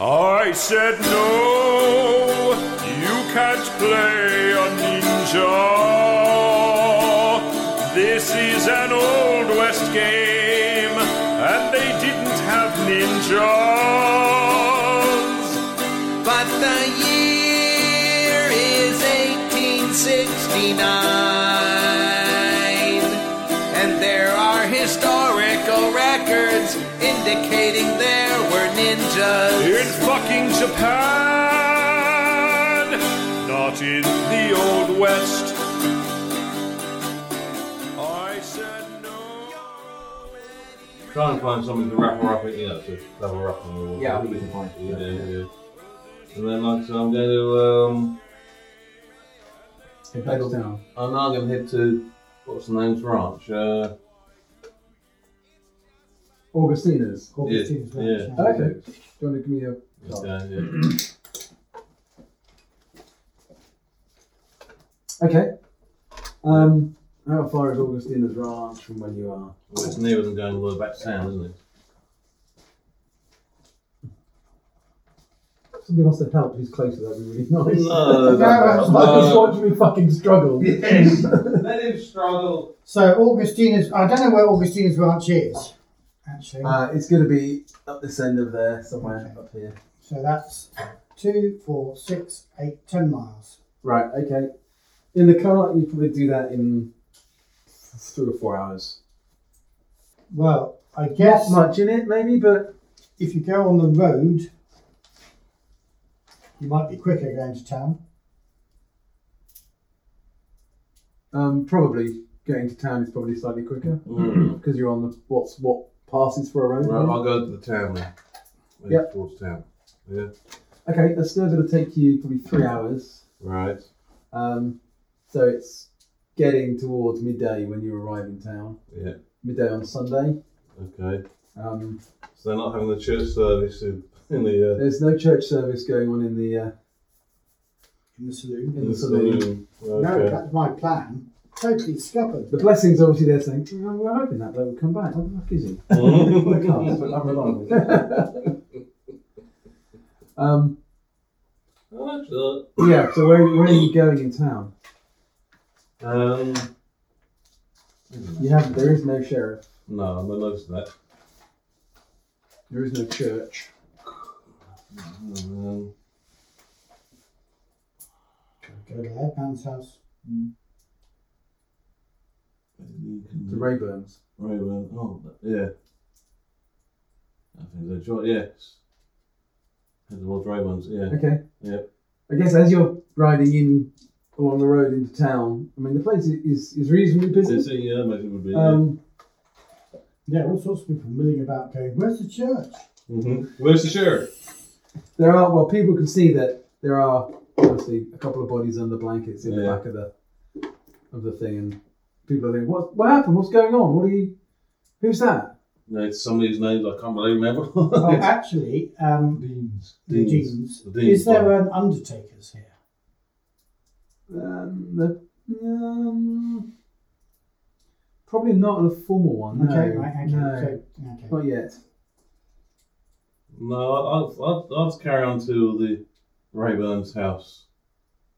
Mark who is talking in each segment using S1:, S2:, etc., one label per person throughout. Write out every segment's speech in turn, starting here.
S1: I said, no, you can't play a ninja. This is an Old West game, and they didn't have ninjas.
S2: But the year is 1869, and there are historical records indicating there were
S1: In
S2: ninjas.
S1: fucking Japan, not in the Old West. I said, no.
S3: Try and find someone to wrap her up in, you know, to cover her up and all.
S4: Yeah, I think we can find
S3: Yeah, yeah,
S4: it.
S3: yeah. And then, like, so I'm going to, um,
S4: It begs down.
S3: I'm now going to head to, what's the name's ranch? Uh,
S4: Augustina's.
S3: yeah,
S5: Augustine's
S3: yeah.
S5: ranch,
S4: Oh, Okay. Do you want to give me a
S3: Okay, yeah.
S4: Okay. Um, how far is Augustina's ranch from where you are?
S3: Well, it's nearer than going all the way back to town, isn't it?
S5: If somebody wants to help who's closer, that'd be really nice.
S3: No,
S5: no, that's like, just
S3: no.
S5: watching me fucking struggle.
S3: Yes. Let him struggle.
S6: So Augustina's, I don't know where Augustina's ranch is, actually.
S4: Uh, it's going to be up this end of there, somewhere up here.
S6: so that's two, four, six, eight, ten miles.
S4: Right. Okay. In the car, you probably do that in three or four hours.
S6: Well, I guess
S4: Much in it, maybe, but
S6: if you go on the road, you might be quicker going to town.
S4: um, probably getting to town is probably slightly quicker
S3: Mm.
S4: because you're on the what's what passes for a road.
S3: Right, I'll go to the town then. Head
S4: Yep.
S3: Towards town. Yeah.
S4: Okay, that's still going to take you probably three hours.
S3: Right.
S4: Um, so it's getting towards midday when you arrive in town.
S3: Yeah.
S4: Midday on Sunday.
S3: Okay.
S4: Um,
S3: So they're not having the church service in, in the, uh,
S4: there's no church service going on in the uh,
S6: In the saloon.
S3: uh,
S4: in the saloon.
S6: No,
S3: Mm, Okay.
S6: that's my plan. Totally scuppered.
S4: The blessing's obviously there saying, "Oh, we're hoping that bloke will come back. What the fuck is he? Well, I can't, but I'm reliable. um,
S3: Oh, actually,
S4: yeah, so where, where are you going in town?
S3: um,
S4: You have there is no sheriff,
S3: no, I'm not noticing that.
S4: there is no church.
S3: Um,
S6: Go to the headman's house.
S4: The Rayburns.
S3: Right, well, oh, that- yeah. I think that's right, yes. Had the Lord Raymond's, yeah.
S4: Okay.
S3: Yep.
S4: I guess as you're riding in along the road into town, I mean the place i- is is reasonably busy.
S3: Is it, yeah, maybe it would be. yeah.
S4: Um,
S6: Yeah, all sorts of people milling about going, where's the church?
S3: Mhm. Where's the sheriff?
S4: there are well people can see that there are obviously a couple of bodies under blankets in the
S3: Yeah.
S4: back of the of the thing, and people are thinking, what what happened? What's going on? What are you? Who's that?
S3: No, it's somebody's names I can't really remember.
S6: Oh, actually, um,
S3: Deans.
S6: the
S3: Deans.
S6: Deans.
S3: The Deans,
S6: Is there
S3: yeah.
S6: an undertaker's here?
S4: Um, the, um, probably not a formal one. No,
S6: okay, right, okay.
S4: no,
S6: So, okay.
S4: not yet.
S3: No, I'll, I'll, I'll just carry on to the Rayburn's house.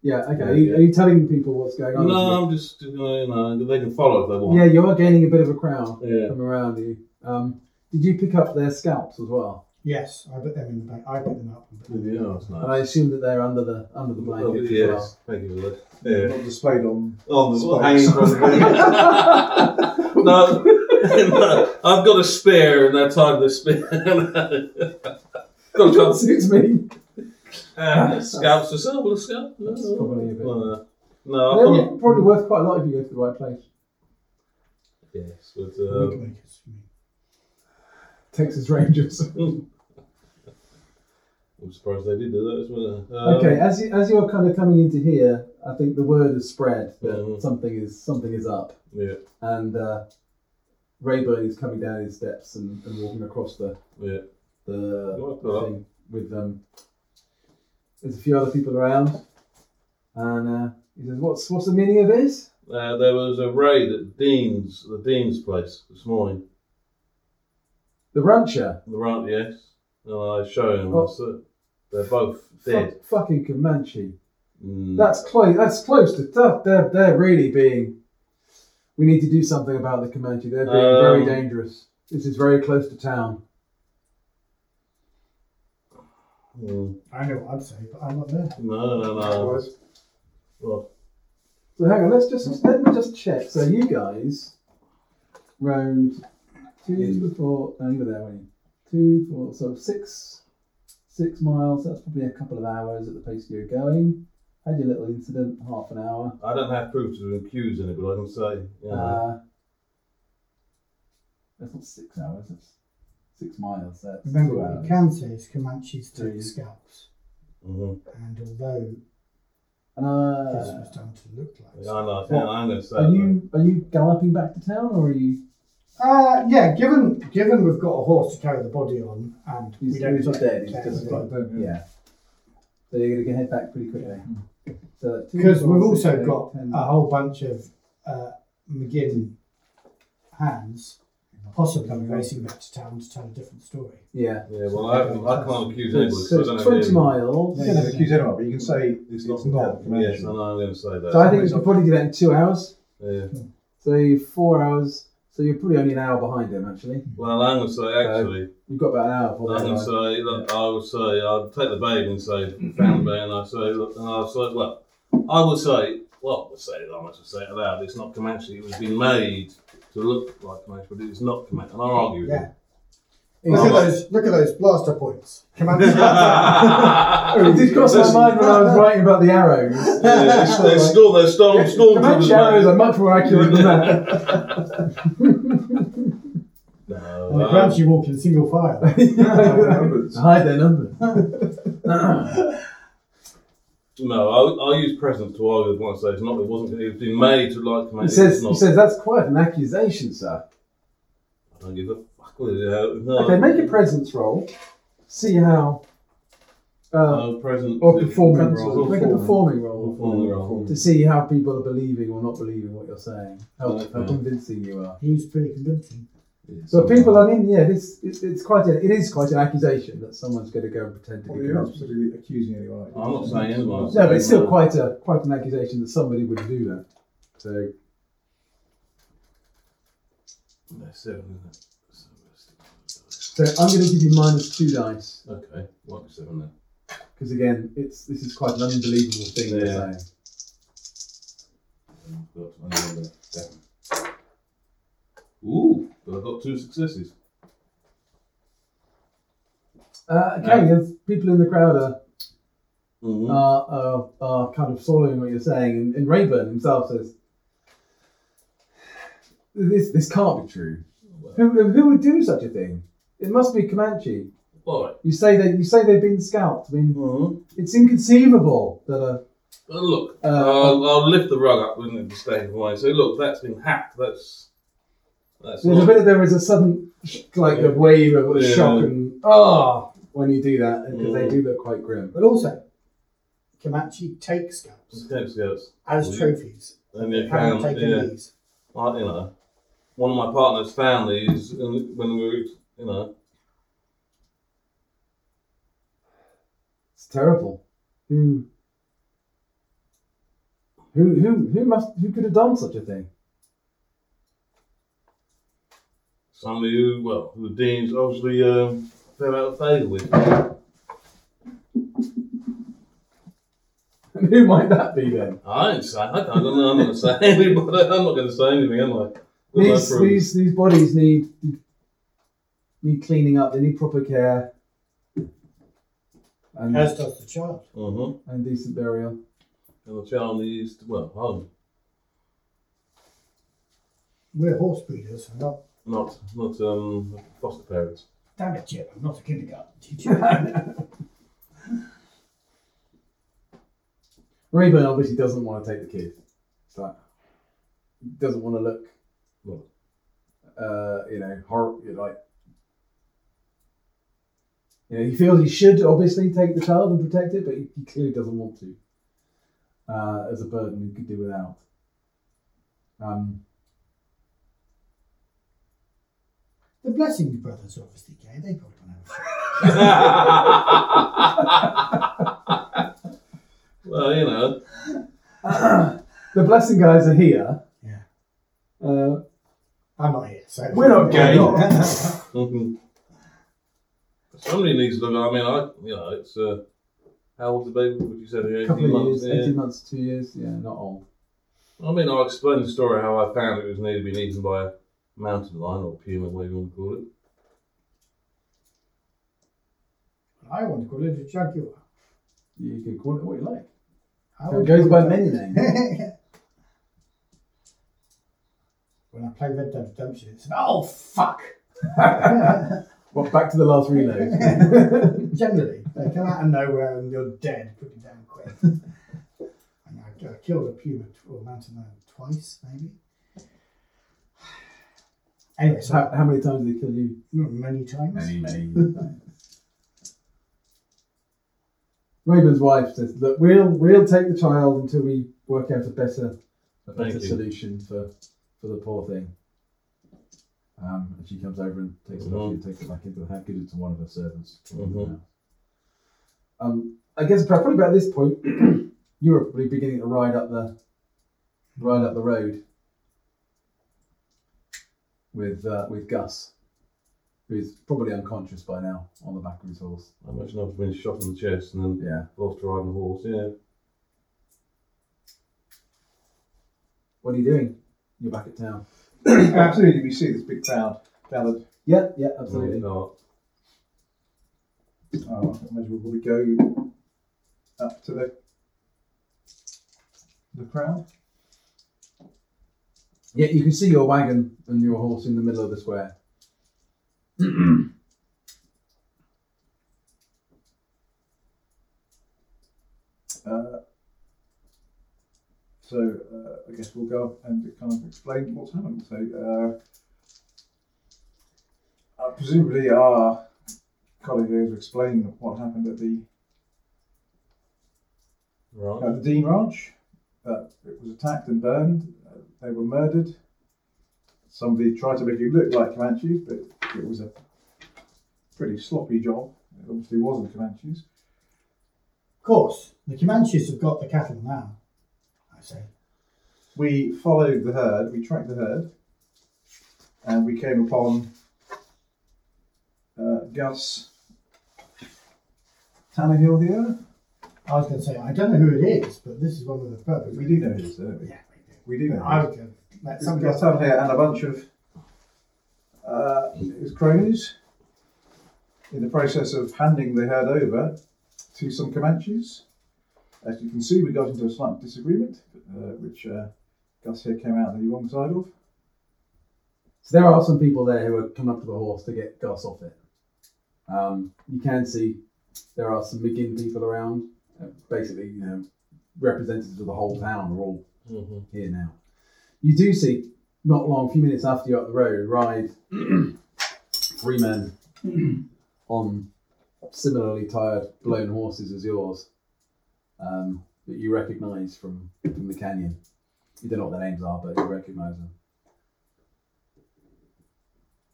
S4: Yeah, okay.
S3: Yeah,
S4: are, you,
S3: yeah.
S4: are you telling people what's going on?
S3: No, I'm just, you know, they can follow if they
S4: yeah,
S3: want.
S4: you are gaining a bit of a crowd
S3: Yeah.
S4: from around you. Um, did you pick up their scalps as well?
S6: Yes, I put them in the back. I put them up. and put them
S3: Yeah, that's nice.
S4: And I assume that they're under the under the
S3: Oh,
S4: blankets as well.
S3: yes. Thank you for that. Yeah.
S7: Not displayed on.
S3: Oh, the
S7: Spikes.
S3: hanging from the no, no, I've got a spare, and I tied the spare. got a
S4: That
S3: chance.
S4: suits me.
S3: Ah, scalps for sale, will a scalp?
S4: That's
S3: No.
S4: probably a bit-
S3: Uh, no, I've
S4: They're
S3: got
S4: yeah, probably worth quite a lot if you go to the right place.
S3: Yes, but
S6: in.
S3: um,
S6: Wigmakers, you mean.
S4: Texas Rangers.
S3: Um, I'm surprised they did do that as well. Um,
S4: okay, as you as you're kind of coming into here, I think the word has spread that
S3: Mhm.
S4: something is something is up,
S3: Yeah,
S4: and uh, Rayburn is coming down his steps and, and walking across the
S3: yeah.
S4: the
S3: Well, well.
S4: thing with um. There's a few other people around, and uh, he says, "What's what's the meaning of this?"
S3: Uh, there was a raid at Dean's, the Dean's place this morning.
S4: The rancher.
S3: The right, yes. No, I show him.
S4: Oh.
S3: so They're both
S4: Fuck,
S3: dead.
S4: fucking Comanche.
S3: Mm.
S4: That's close. That's close to tough. They're they're really being. We need to do something about the Comanche. They're being very
S3: Um,
S4: dangerous. This is very close to town.
S3: Mm.
S6: I know what I'd say, but I'm not there.
S3: No, no, no.
S4: So
S3: Well,
S4: hang on. Let's just let me just check. So you guys rode two,
S3: Yeah.
S4: four. No, you were there, weren't you? Two, four, so six, six miles. That's probably a couple of hours at the pace you're going. Had your little incident, half an hour.
S3: I don't have proof to accuse anybody. I can say, you know,
S4: Uh, that's not six hours. That's six miles. That's
S6: Remember,
S4: two
S6: what
S4: hours.
S6: you can say is Comanches
S4: Three.
S6: take scalps,
S3: mhm.
S6: and although
S4: And,
S6: this
S4: uh,
S6: was done to look like.
S3: Yeah, I know. Yeah, I'm going to say.
S4: are
S3: that.
S4: you are you galloping back to town or are you?
S6: Uh, yeah, given given we've got a horse to carry the body on, and
S4: He's,
S6: we don't
S4: he's not dead. He's
S6: care
S4: just
S6: about-
S4: yeah. So you're gonna head back pretty quickly. So that's two,
S6: because
S4: four,
S6: we've
S4: six,
S6: also
S4: eight,
S6: got
S4: 10.
S6: a whole bunch of uh, McGinn hands possibly racing back to town to tell a different story.
S4: yeah.
S3: Yeah, well, I, haven't- I can't accuse
S4: So
S3: anybody.
S4: it's, so
S3: I don't
S4: it's
S3: have
S4: twenty
S3: any-
S4: miles.
S5: You can accuse anyone, but you can say it's
S3: It's
S5: not
S3: not.
S5: not
S3: Yes, I
S5: Comanche.
S3: know. I'm going to say that.
S4: So I think we could probably do that in two hours.
S3: yeah.
S4: So you're four hours. So you're probably only an hour behind him actually.
S3: Well, I'm going to say actually.
S4: You've got about an hour for
S3: I can say, look, I would say, I'd take the babe and say, found the babe, and I say, look, and I'll say, well, I would say, well, I would say, it, I must say it aloud, it's not Comanche, it was been made to look like Comanche, but it's not Comanche, and I'll argue with
S6: Yeah.
S3: you.
S6: Look at
S3: Well,
S6: those! Look at those blaster points. Comanche.
S4: Oh, it did cross my mind when I was writing about the arrows.
S3: yeah, it's, they're still, they're storm, stormtroopers,
S4: Comanche arrows
S3: mate.
S4: are much more accurate than that.
S3: No,
S6: and the
S3: um,
S6: Comanche walk in single file.
S4: Hide their number.
S3: no, I, I use present to argue with what I say, it's not, it wasn't, it's been made to like Comanche,
S4: He says,
S3: it's not.
S4: he says that's quite an accusation, sir.
S3: I don't give a fuck with it, uh, no,
S4: Okay, make a presence roll. See how. Uh,
S3: no present.
S4: or performing roll.
S3: Performance.
S4: Make a performing roll
S3: Performing roll.
S4: to see how people are believing or not believing what you're saying, how, how
S3: Okay.
S4: convincing you are.
S6: He was pretty convincing.
S4: So people, I mean, yeah, this it, it's quite a, it is quite an accusation that someone's going to go and pretend to
S5: Well,
S4: be.
S5: you're not
S4: corrupt.
S5: specifically accusing anyone.
S3: I'm not saying anyone.
S4: No, but it's still quite a quite an accusation that somebody would do that. So
S3: That's seven, isn't it? So it's-
S4: So I'm going to give you minus two dice
S3: Okay, might be seven then.
S4: because again, it's this is quite an unbelievable thing to
S3: Yeah.
S4: say.
S3: But I remember seven. Ooh, but I've got two successes.
S4: Uh, okay, there's people in the crowd are,
S3: Mm-hmm.
S4: are, are are kind of swallowing what you're saying, and, and Rayburn himself says, "This this can't be true. Who who would do such a thing? It must be Comanche.
S3: All right.
S4: You say that you say they've been scalped. I mean,
S3: Mm-hmm.
S4: it's inconceivable that a
S3: Well, look,
S4: Uh,
S3: I'll, I'll lift the rug up within the mistake of mine. So look, that's been hacked. That's that's
S4: There's a
S3: not.
S4: bit. There is a sudden, sh- like a wave of
S3: Yeah.
S4: shock and ah when you do that because they
S3: Mm.
S4: do look quite grim.
S6: But also, Comanche take scalps
S3: Escape scouts.
S6: as trophies.
S3: And you
S6: Haven't
S4: um,
S3: can,
S6: taken
S3: yeah.
S6: these.
S3: I, you know, one of my partner's found these and when we were, you know,
S4: It's terrible. Who? Who? Who? Who must? Who could have done such a thing?
S3: somebody who, well, who the dean's obviously um, fell out of favour with.
S4: And who might that be then?
S3: I didn't say. I don't know. I'm not going to say anybody. I'm not going to say anything, am I? With my
S4: These
S3: proof.
S4: these these bodies need need cleaning up. They need proper care and
S6: As does the child.
S3: Mhm.
S4: and decent burial.
S3: And the child needs to, well, home.
S6: We're horse breeders, and not.
S3: Not, not um, foster parents.
S6: Damn it, Jim! I'm not a kindergarten teacher.
S4: Rayburn obviously doesn't want to take the kid. It's like doesn't want to look,
S3: What?
S4: uh, you know, hor- you know, like. You know, he feels he should obviously take the child and protect it, but he, he clearly doesn't want to. Uh, as a burden, he could do without. Um,
S6: The Blessing brothers are obviously gay. They probably don't have. a-
S3: Well, you know,
S4: The blessing guys are here.
S6: Yeah.
S4: Uh,
S6: I'm not here, so
S4: We're not gay.
S3: mhm. somebody needs to look. I mean, I, you know, it's uh, how old's the baby? Would you say they're
S4: a
S3: eighteen
S4: couple of
S3: months?
S4: years,
S3: yeah.
S4: 18 months, two years. Yeah, not old.
S3: I mean, I'll explain the story how I found it was near to be eaten by a mountain lion or puma, whatever you want to call it.
S6: I want to call it a jaguar.
S4: You can call it what you like.
S6: I
S4: So it
S6: would
S4: goes by
S6: call
S4: many
S6: a-
S4: names.
S6: when I play Red Dead Redemption, it's oh fuck.
S4: Well, back to the last reload.
S6: Generally, they come out of nowhere and you're dead pretty damn quick. and I, I killed a puma tw- or mountain lion twice, maybe. Anyway,
S4: So
S6: so
S4: how, how many times did they kill you?
S6: not many times.
S4: many Raven's wife says, "Look, we'll we'll take the child until we work out a better a
S3: Thank
S4: better
S3: you.
S4: solution for for the poor thing." Um, and she comes over and takes it off you, takes it back into the house, gives it to one of her servants.
S3: Mhm.
S4: Um, I guess probably about this point, you were probably beginning to ride up the ride up the road with uh, with Gus, who's probably unconscious by now on the back of his horse.
S3: I imagine I've been shot in the chest and then
S4: Yeah.
S3: lost riding the horse. Yeah.
S4: What are you doing? You're back at town.
S5: Absolutely, we see this big crowd gathered.
S4: Yeah, yeah,
S3: Absolutely
S4: absolutely.
S3: not.
S5: Oh, I imagine we'll probably go up to the the crowd.
S4: Yeah, you can see your wagon and your horse in the middle of the square.
S5: Uh, so uh, I guess we'll go up and kind of explain what's happened. So uh, uh, presumably our colleague here is explaining what happened at the
S3: Right.
S5: Uh, the Dean Ranch. Uh, it was attacked and burned. Uh, they were murdered. Somebody tried to make it look like Comanches, but it was a pretty sloppy job. It obviously wasn't Comanches.
S6: Of course, the Comanches have got the cattle now. I say.
S5: We followed the herd, we tracked the herd, and we came upon uh, Gus Tannehill here.
S6: I was going to say I don't know who it is, but this is one of the
S5: But
S6: brothers.
S5: we do know who it is, don't we?
S6: Yeah, we do.
S5: We do know
S6: I
S5: who it is.
S6: would go. Let
S5: Some
S6: somebody else.
S5: got up here and a bunch of uh, his cronies in the process of handing the herd over to some Comanches. As you can see, we got into a slight disagreement, uh, which uh, Gus here came out on the wrong side of.
S4: So there are some people there who are coming up to the horse to get Gus off it. Um, you can see there are some McGinn people around. Uh, basically, you know, representatives of the whole town are all
S3: Mm-hmm.
S4: here now. You do see, not long, a few minutes after you're up the road, ride three men on similarly tired, blown horses as yours um, that you recognise from, from the canyon. You don't know what their names are, but you recognise them.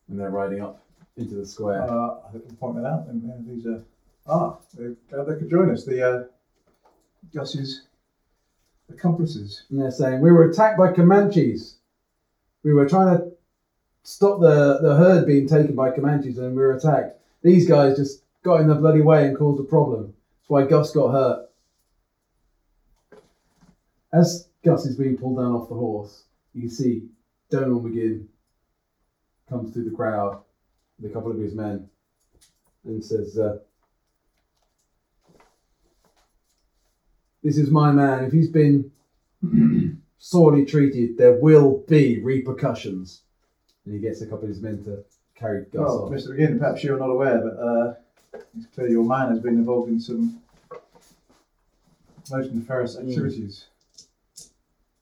S4: And they're riding up into the square.
S5: Uh, I think we'll point that out. And, and these are ah, they, uh, they could join us. The uh, Gus's accomplices.
S4: And they're saying, We were attacked by Comanches. We were trying to stop the, the herd being taken by Comanches and we were attacked. These guys just got in the bloody way and caused a problem. That's why Gus got hurt. As Gus is being pulled down off the horse, you can see Donal McGinn comes through the crowd with a couple of his men and says, uh, This is my man. If he's been sorely treated, there will be repercussions. And he gets a couple of his men to carry Gus
S5: Well,
S4: off.
S5: Mr. McGinn, perhaps you're not aware, but uh, it's clear your man has been involved in some most nefarious activities.
S4: Hmm.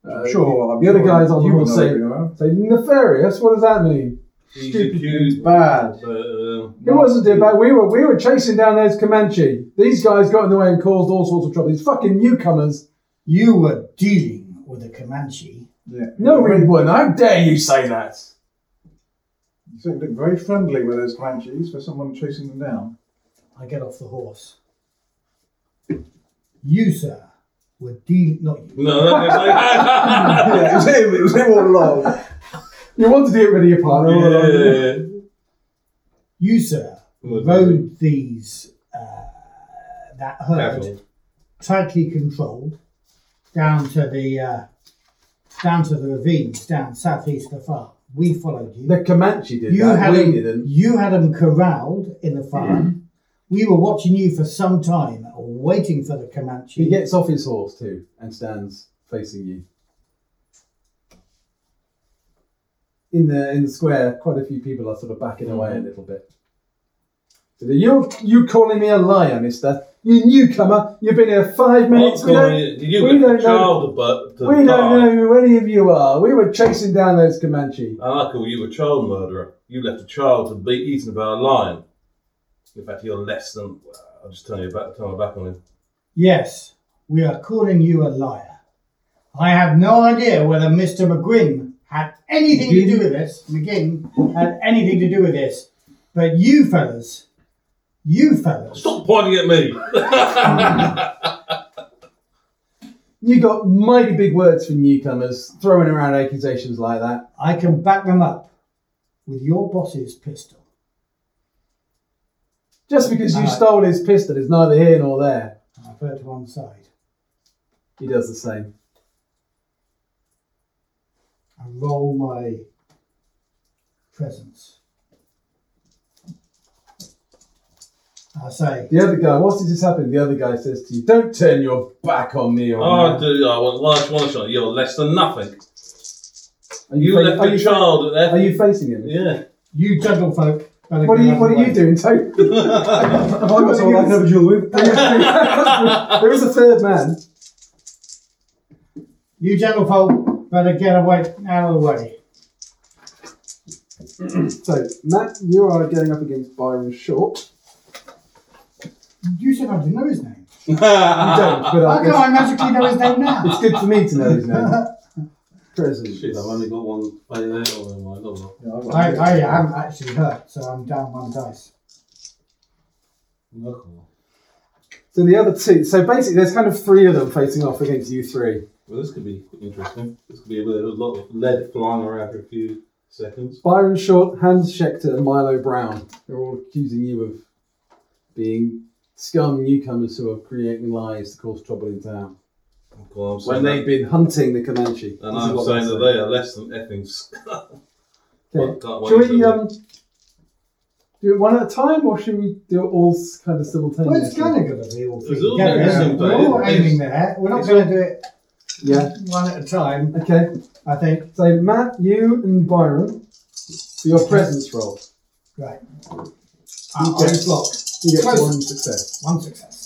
S4: Uh,
S5: I'm sure. I'm
S4: the other
S5: sure
S4: guys on the
S5: you
S4: horse
S5: know
S4: say,
S5: everything around.
S4: say, nefarious? What does that mean?
S3: He's
S4: Stupid
S3: accused.
S5: bad.
S3: But, um,
S4: It wasn't it, but we were we were chasing down those Comanche. These guys got in the way and caused all sorts of trouble. These fucking newcomers.
S6: You were dealing with a Comanche.
S5: Yeah.
S4: No, we weren't. How dare you say that?
S5: You certainly look very friendly with those Comanches for someone chasing them down.
S6: I get off the horse. You, sir, were dealing. Not you.
S3: No, no, no, no.
S5: yeah, it was him, it was him all along.
S4: You wanted to do it with your partner. all along, didn't you?
S3: yeah.
S6: You, sir,
S3: Well,
S6: rode these uh, that herd
S3: Cattle.
S6: tightly controlled down to the uh, down to the ravines down southeast of the farm. We followed you.
S4: The Comanche did
S6: you
S4: that.
S6: had
S4: we
S6: 'em-
S4: didn't. Mm-hmm.
S6: you had them corralled in the farm. We were watching you for some time, waiting for the Comanche.
S4: He gets off his horse too and stands facing you. In the in the square, quite a few people are sort of backing away
S3: Mm-hmm.
S4: a little bit. So the- you you calling me a liar, Mister? You newcomer. You've been here five minutes.
S3: What's
S4: We
S3: going on?
S4: don't,
S3: You
S4: we
S3: were
S4: don't
S3: a
S4: know.
S3: child, but to
S4: We
S3: die.
S4: don't know who any of you are. We were chasing down those Comanche.
S3: And I call you a child murderer. You left a child to be eaten by a lion. In fact, you're less than. I'll just turn you back, turn my back on him.
S6: Yes, we are calling you a liar. I have no idea whether Mr. McGuinn had anything to do with this. McGinn had anything to do with this. But you fellas, you fellas,
S3: Stop pointing at me.
S4: You got mighty big words for newcomers, throwing around accusations like that.
S6: I can back them up with your boss's pistol.
S4: Just because you
S6: Aye.
S4: stole his pistol is neither here nor there.
S6: I've heard to one side.
S4: He does the same.
S6: I roll my presence. I say,
S4: The other guy, whilst this is happening, the other guy says to you, Don't turn your back on me or
S3: I do. I want large one shot. You're less than nothing.
S4: Are
S3: You
S4: fa-
S3: left
S4: are
S3: a child at
S4: Are
S3: there.
S4: you facing him?
S3: Yeah.
S6: you jungle folk. better
S4: What are
S6: get
S4: you
S6: out
S4: what
S6: of
S4: are
S6: the
S4: you
S6: way."
S4: doing, Toby?
S5: Have I got someone I can have a duel with?
S4: there is a third man.
S6: You jungle folk better get away out of the way.
S4: So Matt, you are going up against Byron Short.
S6: You said I didn't know his name.
S4: You don't, but
S6: How
S4: I
S6: come
S4: guess
S6: I magically know his name
S4: it's
S6: now?
S4: good for me to know his name. Present.
S3: Shit, I've only got one play there. Oh, never mind. Oh,
S5: Yeah, I've got
S6: I, I
S5: it.
S6: haven't actually hurt, so I'm down one dice.
S3: well. Look, well,
S4: So the other two so basically there's kind of three of them facing off against you three.
S3: Well, this could be interesting. This could be a, bit- a lot of lead flying around for a few seconds.
S4: Byron Short, Hans Schechter, and Milo Brown. They're all accusing you of being scum newcomers who are creating lies to cause trouble in town.
S3: Well, I'm saying
S4: when they've
S3: that-
S4: been hunting the Comanche.
S3: and
S4: This is
S3: I'm
S4: what
S3: saying
S4: they're
S3: that they are less than effing. s-
S4: Okay.
S3: Can't wait
S4: Should we
S3: until-
S4: um, do it one at a time, or should we do it all s- kind of simultaneously?
S6: Well, it's kind of good to be all three
S3: It's all
S6: together.
S3: good,
S6: isn't it?
S3: isn't it?
S6: We're all
S3: It's-
S6: aiming there. We're not
S3: it's
S6: going to do it
S4: Yeah.
S6: one at a time,
S4: Okay.
S6: I think.
S4: So Matt, you and Byron for your presence roll.
S6: Right. Uh, orange block.
S4: You get
S6: Close.
S4: one success.
S6: One success.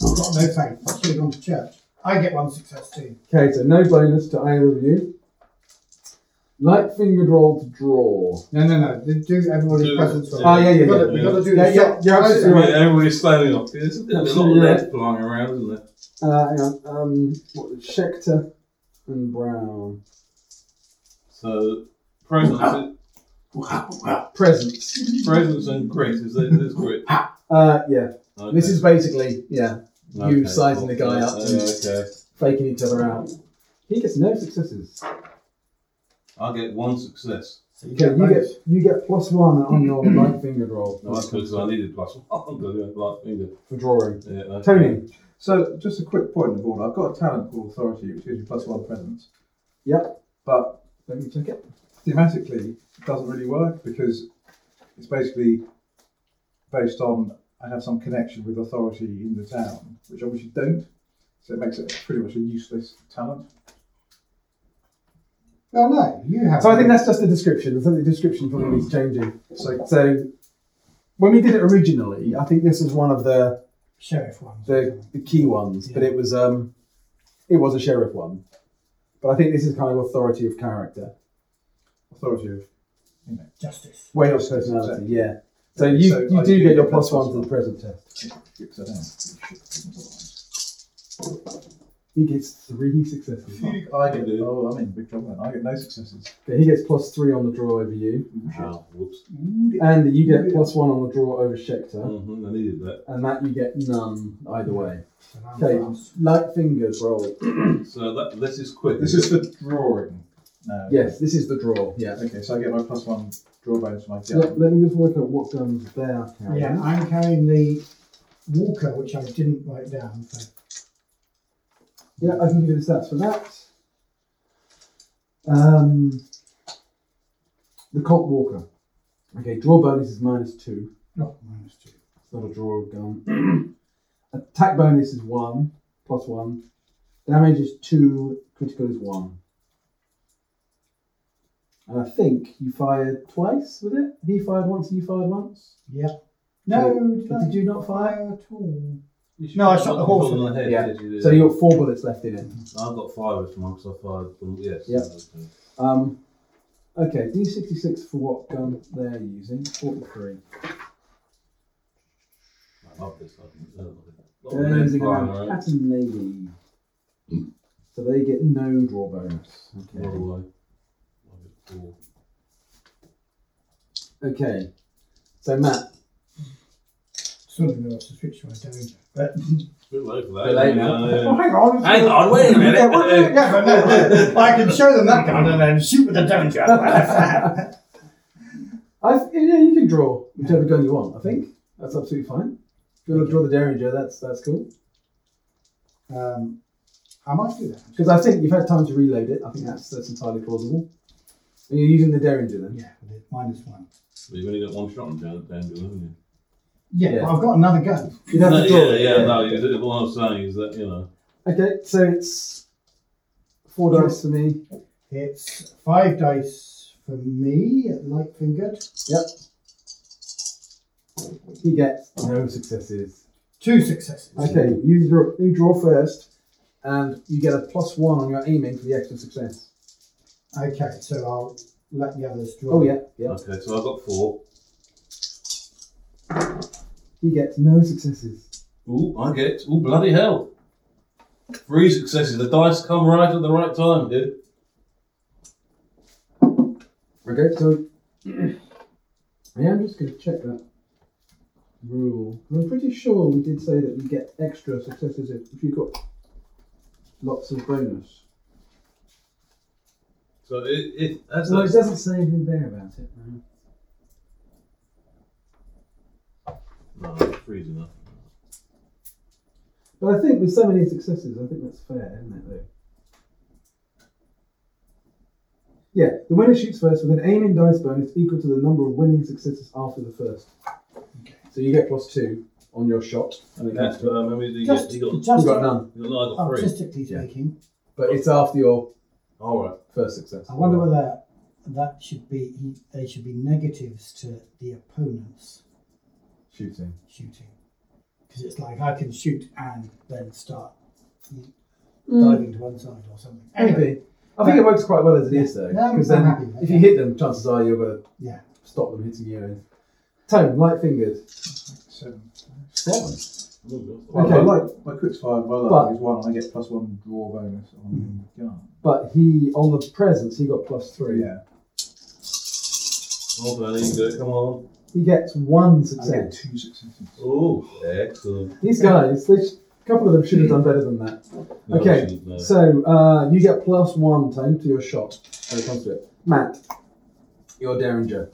S6: I've got no faith. I should have gone to church. I get one success too.
S4: Okay. So no bonus to either of you. Light fingered roll to draw.
S6: No, no, no. Do- Do everybody's
S3: Do-
S6: presents.
S3: do-
S6: right.
S4: Oh yeah, yeah,
S6: We've got
S4: yeah.
S6: to- we've got to do
S4: Yeah,
S6: the
S4: yeah,
S6: shot.
S4: you're absolutely
S3: Yeah,
S4: right.
S3: everybody's standing up. There's a bit- a lot of
S4: Absolutely
S3: lead
S4: right.
S3: flying around, isn't there?
S4: Uh, hang on. Um, what was Schechter and Brown
S3: So presence,
S4: presence?
S3: presence and grit is there, there's grit.
S4: Uh, yeah.
S3: Okay.
S4: This is basically yeah. you sizing the guy up.
S3: Yeah, okay.
S4: faking each other out. He gets no successes.
S3: I get one success.
S6: So you
S4: Okay,
S6: get
S4: you
S6: both.
S4: get you get plus one on your right fingered roll
S3: No, that's because I needed plus one. Oh, Because I had light finger.
S4: for drawing.
S3: Yeah, okay.
S4: Tony,
S5: So, just a quick point of order. I've got a talent called Authority, which gives you plus one presence.
S4: Yep.
S5: But
S4: let me check it.
S5: thematically, it doesn't really work because it's basically based on I have some connection with authority in the town, which obviously don't. So it makes it pretty much a useless talent.
S6: Well, Oh, no, you have.
S4: So I think that's just a description. I think the description probably needs changing.
S5: So
S4: So when we did it originally, I think this was one of the
S6: sheriff one.
S4: the, the key ones, but it was um it was a sheriff one. But I think this is kind of authority of character,
S5: authority of
S6: justice.
S4: way of personality. Yeah. So you,
S5: So I
S4: you do
S5: do
S4: get your
S5: get
S4: plus one
S5: plus
S4: to
S5: one.
S4: the present test.
S5: kicks it out.
S4: He gets three successes.
S5: I get, oh, I'm in big trouble then. I get no successes.
S4: Okay, he gets plus three on the draw over you.
S3: Oh, whoops.
S4: And you get plus one on the draw over Schecter.
S3: hmm I needed that.
S4: And that you get none either way.
S6: And I'm
S4: Okay,
S6: last.
S4: light fingers roll it.
S3: So that this is quick.
S5: This is the drawing. No.
S4: Yes, this is the draw. Yeah.
S5: Okay, so I get my plus one draw bonus for my
S4: So let,
S5: gun.
S4: let me just work out what guns they are carrying.
S6: Yeah, I'm carrying the Walker, which I didn't write down. So.
S4: Yeah, I can give you the stats for that. Um, the Colt Walker. Okay, draw bonus is minus two.
S6: Not minus two.
S4: It's not a draw gun. Attack bonus is one, plus one. Damage is two, critical is one. And I think you fired twice with it. He fired once, you fired once.
S6: Yeah. No, did,
S4: But
S6: I
S4: did you not fire?
S6: fire at all?
S3: You should
S6: No, I
S3: put
S6: shot the
S3: one
S6: horse.
S3: on the head.
S4: Yeah.
S3: did you?
S4: So you've got four bullets left in it.
S3: I've got five of them because I fired. Them. Yes.
S4: Yeah. Um, okay, D66 for what gun they're using. 43.
S3: I love this. I love it. Lot of
S4: They're
S3: men
S4: using
S3: flying
S4: a
S3: around.
S4: pattern navy. So they get no draw bonus.
S3: By the
S4: Okay.
S3: way. I've got four.
S4: Okay. So Matt,
S6: Something else to switch to, I don't. But
S3: It's a bit late for that.
S4: Bit late now.
S6: oh,
S3: Yeah.
S6: hang on.
S3: Hang on, wait a
S6: Yeah, what-
S3: minute.
S6: yeah, but no, no, I can show them that gun and then shoot with the Derringer.
S4: I th- yeah, you can draw whichever gun you want. I think that's absolutely fine. If you want to draw the Derringer, that's that's cool.
S6: um, I might do that.
S4: Because I think you've had time to reload it. I think that's that's entirely plausible. And you're using the Derringer then.
S6: Yeah, with it, minus one.
S3: You've only got one shot on Jan Daniel, haven't you?
S6: Yeah,
S4: Yeah.
S6: but I've got another gun.
S4: You'd have
S3: No,
S4: to draw
S3: yeah,
S4: it.
S3: yeah, no. you- What I'm saying is that you know.
S4: Okay, so it's four dice for me.
S6: It's five dice for me, light fingered.
S4: He gets no successes.
S6: Two successes.
S4: Okay, you draw, you draw first, and you get a plus one on your aiming for the extra success.
S6: Okay, so I'll let the others draw.
S4: Oh yeah, yeah.
S3: Okay, so I've got four.
S4: He gets no successes.
S3: Ooh, I get. Ooh, bloody hell! Three successes. The dice come right at the right time, dude.
S4: Okay, so I am just going to check that rule. I'm pretty sure we did say that you get extra successes if, if you got lots of bonus.
S3: So it, it that's
S4: Well, it
S3: like
S4: doesn't say anything there about it. no.
S3: no, three's enough.
S4: But I think with so many successes, I think that's fair, isn't it, though? Yeah, the winner shoots first with an aiming dice bonus equal to the number of winning successes after the first. So you get plus two on your shot, and it
S3: That's
S4: counts
S3: but I remember you got
S6: Just,
S3: you got, you
S4: you
S6: just
S4: got none,
S3: got, no, I got three.
S6: artistically
S4: Yeah.
S6: speaking,
S4: but it's after your
S3: All right.
S4: first success.
S6: I wonder whether that should be he- they should be negatives to the opponent's
S4: shooting.
S6: shooting because it's like I can shoot and then start
S4: Mm,
S6: diving to one side or something.
S4: maybe. I think it works quite well as it is, though,
S6: Yeah, I'm
S4: because then
S6: happy with
S4: if
S6: that.
S4: you hit them, chances are you're going to
S6: Yeah.
S4: stop them hitting you. Tone, light fingered.
S5: So,
S4: Seven.
S3: Oh,
S5: well,
S4: Okay.
S5: I like my quick's fire by
S4: But-
S5: that is one, and I get plus one draw bonus on the gun.
S4: But he, on the presence, he got plus Mm-hmm. three.
S5: Yeah,
S3: Come on, Bernie, do it. Come on.
S4: He gets one
S5: I get
S4: success.
S5: two successes.
S3: Oh, excellent.
S4: These guys, they sh- a couple of them should have done better than that.
S3: No, I
S4: Okay,
S3: shouldn't, no.
S4: so uh, you get plus one time to your shot when it comes to it. Matt, your Derringer.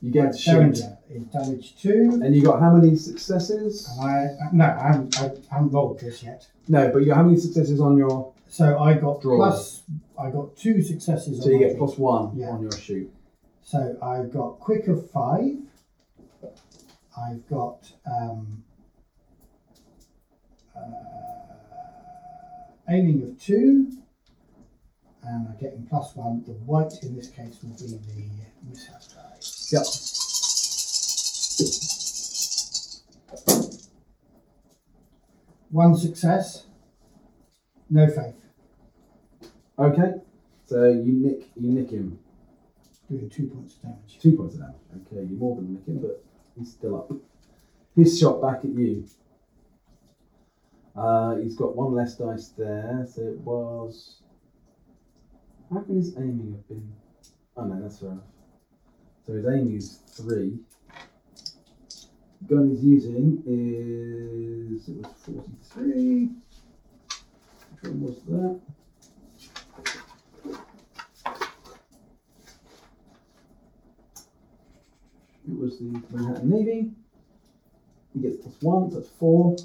S4: You get to shoot.
S6: Derringer is damage two.
S4: And you got how many successes?
S6: And I no, I haven't, I haven't rolled this yet.
S4: No, but you got how many successes on your.
S6: So I got
S4: Draw.
S6: plus. I got two successes.
S4: So
S6: on
S4: you
S6: my
S4: get plus one
S6: Yeah.
S4: on your shoot.
S6: So I've got quick of five. I've got um, uh, aiming of two, and I'm getting plus one. The white in this case will be the mishap die.
S4: Yep.
S6: One success. No faith.
S4: Okay, so you nick, you nick him.
S6: Doing two points of damage.
S4: Two points of damage. Okay, you more than nick him, but he's still up. His shot back at you. Uh, he's got one less dice there, so it was. How can his aiming have been? Oh no, that's fair enough. So his aiming is three. Gun he's using is it was forty-three. Which one was that? It was the Manhattan Navy. He gets plus one, so that's four.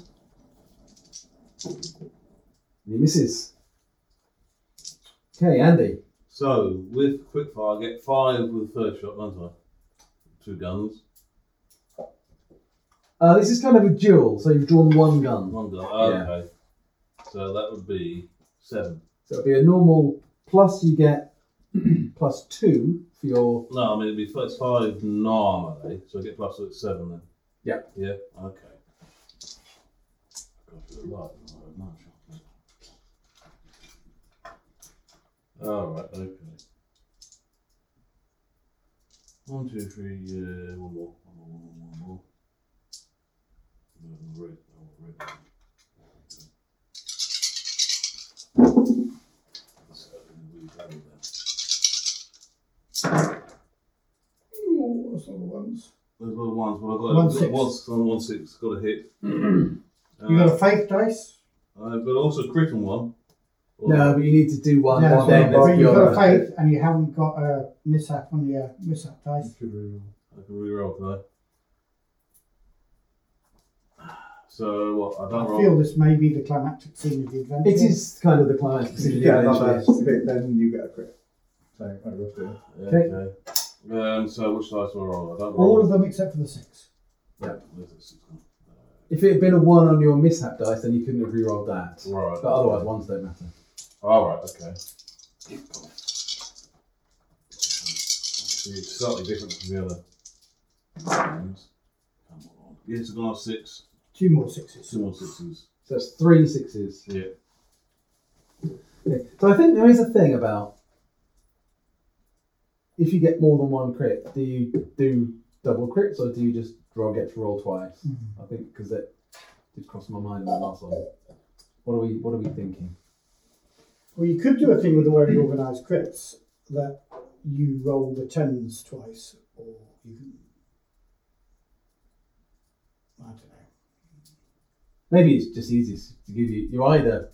S4: And he misses. Okay, Andy.
S3: So with quickfire, I get five with first shot, don't I? Two guns,
S4: Uh, this is kind of a duel, so you've drawn one gun.
S3: one gun. Oh,
S4: Yeah.
S3: Okay. So that would be seven.
S4: So it'll be a normal plus you get plus two for your
S3: No, I mean it'd be plus five normally, so I get plus so it's seven then.
S4: Yeah.
S3: Yeah. Okay. Got it right, right, nice shot. All right. Okay. One, two, three. Uh, one more. One more. One more. One more. No, no, red. I want red. Okay. So, we go there.
S6: Ooh, that's not the ones.
S3: Those were the ones, but I got
S6: One
S3: one six.
S6: six.
S3: on one six, got a hit.
S6: You got
S3: uh,
S6: a faith dice?
S3: I've got also crit on one. Or-
S4: No, but you need to do one
S6: Yeah,
S4: and then
S6: but
S4: there's the
S6: you've got a
S4: other.
S6: faith and you haven't got a mishap on your mishap dice.
S3: I can reroll can I? So what? I
S6: I
S3: don't
S6: feel
S3: roll.
S6: this may be the climactic scene of the adventure.
S4: It is kind of the client
S5: If you
S4: decision.
S5: get another
S4: eventually.
S5: hit, then you get a crit. So, I roughly.
S3: Yeah,
S4: Okay.
S3: okay. Um, so which dice do I roll? I don't roll.
S6: All of them except for the six.
S3: Where's the six gone?
S4: If it had been a one on your mishap dice, then you couldn't have rerolled that.
S3: Right.
S4: But otherwise, ones don't matter.
S3: All Oh, right. Okay. See, It's slightly different from the other. ones. Come on. Yes, I've gone six.
S6: Two more sixes.
S3: Two more sixes.
S4: So that's three sixes.
S3: Yeah.
S4: Okay, So I think there is a thing about if you get more than one crit, do you do double crits or do you just roll get to roll twice? I think because that did cross my mind in the last one. What are we What are we thinking?
S6: Well, you could do a thing with the way we organise crits that you roll the tens twice, or you can. I don't know.
S4: Maybe it's just easiest to give you. You either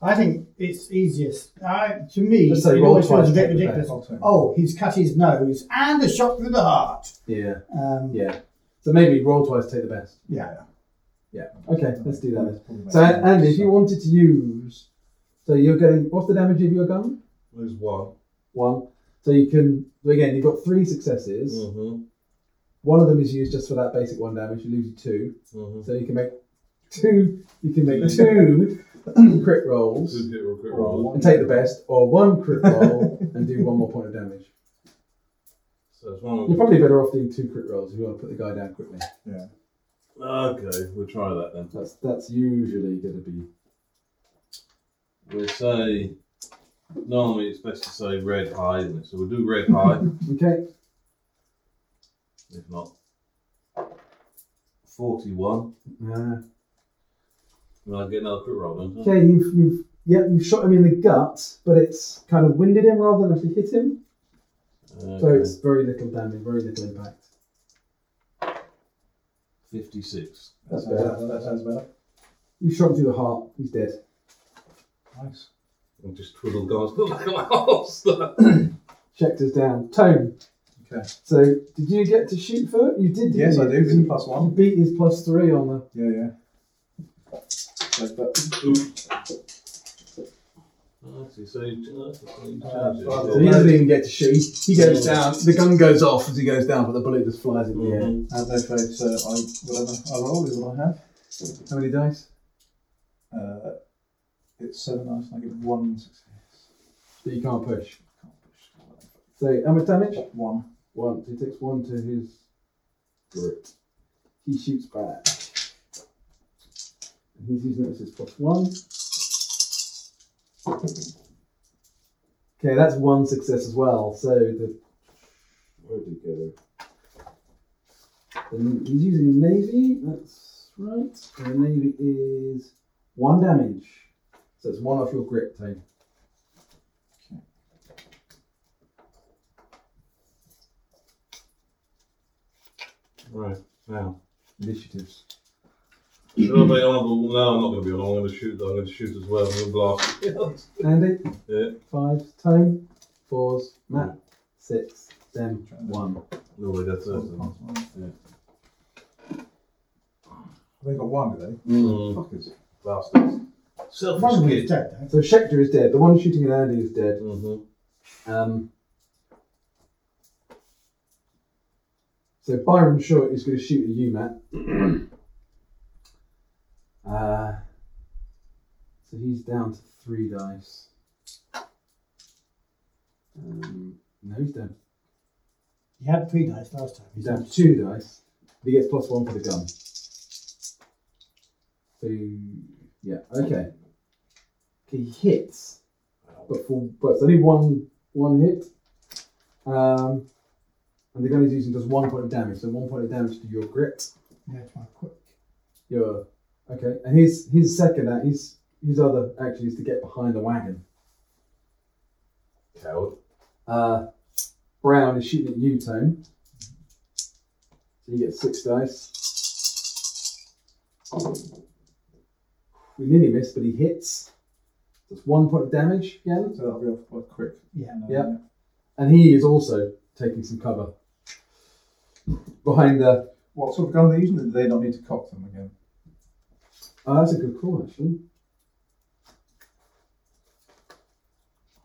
S6: I think it's easiest. I, to me,
S4: Just say
S6: it
S4: roll
S6: always
S4: twice,
S6: feels a bit
S4: take the
S6: ridiculous.
S5: best.
S6: Oh, he's cut his nose and a shot through the heart.
S4: yeah
S6: Um,
S4: yeah. So maybe roll twice, take the best.
S6: yeah.
S4: Yeah. Okay, let's do that. Then. So Andy, if you wanted to use, so you're getting what's the damage of your gun?
S3: There's one.
S4: One. So you can so again, you've got three successes.
S3: Mhm.
S4: One of them is used just for that basic one damage. You lose your two,
S3: Mhm.
S4: so you can make two. You can make two crit rolls
S3: Two hit roll, crit roll.
S4: and take the best, or one crit roll and do one more point of damage.
S3: So it's one.
S4: You're probably better off doing two crit rolls if you want to put the guy down quickly.
S3: Okay, we'll try that then.
S4: That's that's usually going to be
S3: We'll say normally it's best to say red high, isn't it? So we'll do red high.
S4: okay.
S3: if not, forty-one.
S4: Uh,
S3: And I get another crit roll, don't I?
S4: okay, you've you've yeah you've shot him in the gut, but it's kind of winded him rather than actually hit him.
S3: Okay.
S4: So it's very little damage, very little impact.
S3: fifty-six.
S4: That's better.
S5: That sounds better.
S4: You shot him through the heart. He's dead.
S5: Nice.
S3: I'm just twiddle guys. Look at my holster.
S4: Schecter's down. Tone.
S5: Okay.
S4: So did you get to shoot for it? You did. didn't
S5: Yes,
S4: you?
S5: I do. With
S4: You-
S5: the plus
S4: You
S5: one.
S4: beat his plus three on the.
S5: Yeah, yeah. So, but,
S3: I see. So you, so you
S5: Uh,
S3: change it.
S5: but-
S4: So he doesn't even get to shoot. He goes down. The gun goes off as he goes down, but the bullet just flies in the air.
S3: Mhm.
S5: as I said, so I, whatever I roll is what I have.
S4: How many dice?
S5: Uh, it's seven dice, and I get one success.
S4: But you can't push.
S5: Can't push.
S4: So how much damage?
S5: One.
S4: One. So he takes one to his grit. He shoots back. And he's using it as his plus one. Okay, that's one success as well. So the where did it go? The, he's using navy. That's right. And the navy is One damage. So it's one off your grip, Tony.
S3: Right, now.
S4: Initiatives.
S3: Should I be honourable? No, I'm not going to be honourable. I'm going to shoot. I'm going to shoot as well. I'm going to blast.
S4: Andy?
S3: Yeah.
S4: Five. Tony? Fours. Matt? Six. Then one.
S3: Normally that's it.
S4: Mm-hmm.
S3: Yeah.
S5: They got one today.
S3: Mm,
S5: Fuckers.
S3: bastards.
S6: One of them
S3: Selfish
S6: is dead, though.
S4: So Schecter is dead. The one shooting at Andy is dead.
S3: hmm
S4: Um, so Byron Short is going to shoot at you, Matt. uh, so he's down to three dice. Um, no, he's down.
S6: He had three dice last time.
S4: He's down two dice. He gets plus one for the gun. So yeah, okay. He hits, but for but it's only one one hit. Um, and the gun he's using does one point of damage. So one point of damage to your grit.
S6: Yeah, it's my quick.
S4: Your okay. And his his second act, his his other action is to get behind the wagon.
S3: Coward.
S4: Uh, Brown is shooting at you, Tone. So you get six dice. We nearly missed, but he hits. That's one point of damage again.
S5: So that'll be off quite quick.
S6: Yeah.
S5: And, uh,
S4: Yeah. And he is also taking some cover behind the.
S5: What sort of gun are they using? Do they not need to cock them again?
S4: Oh, that's a good call, actually.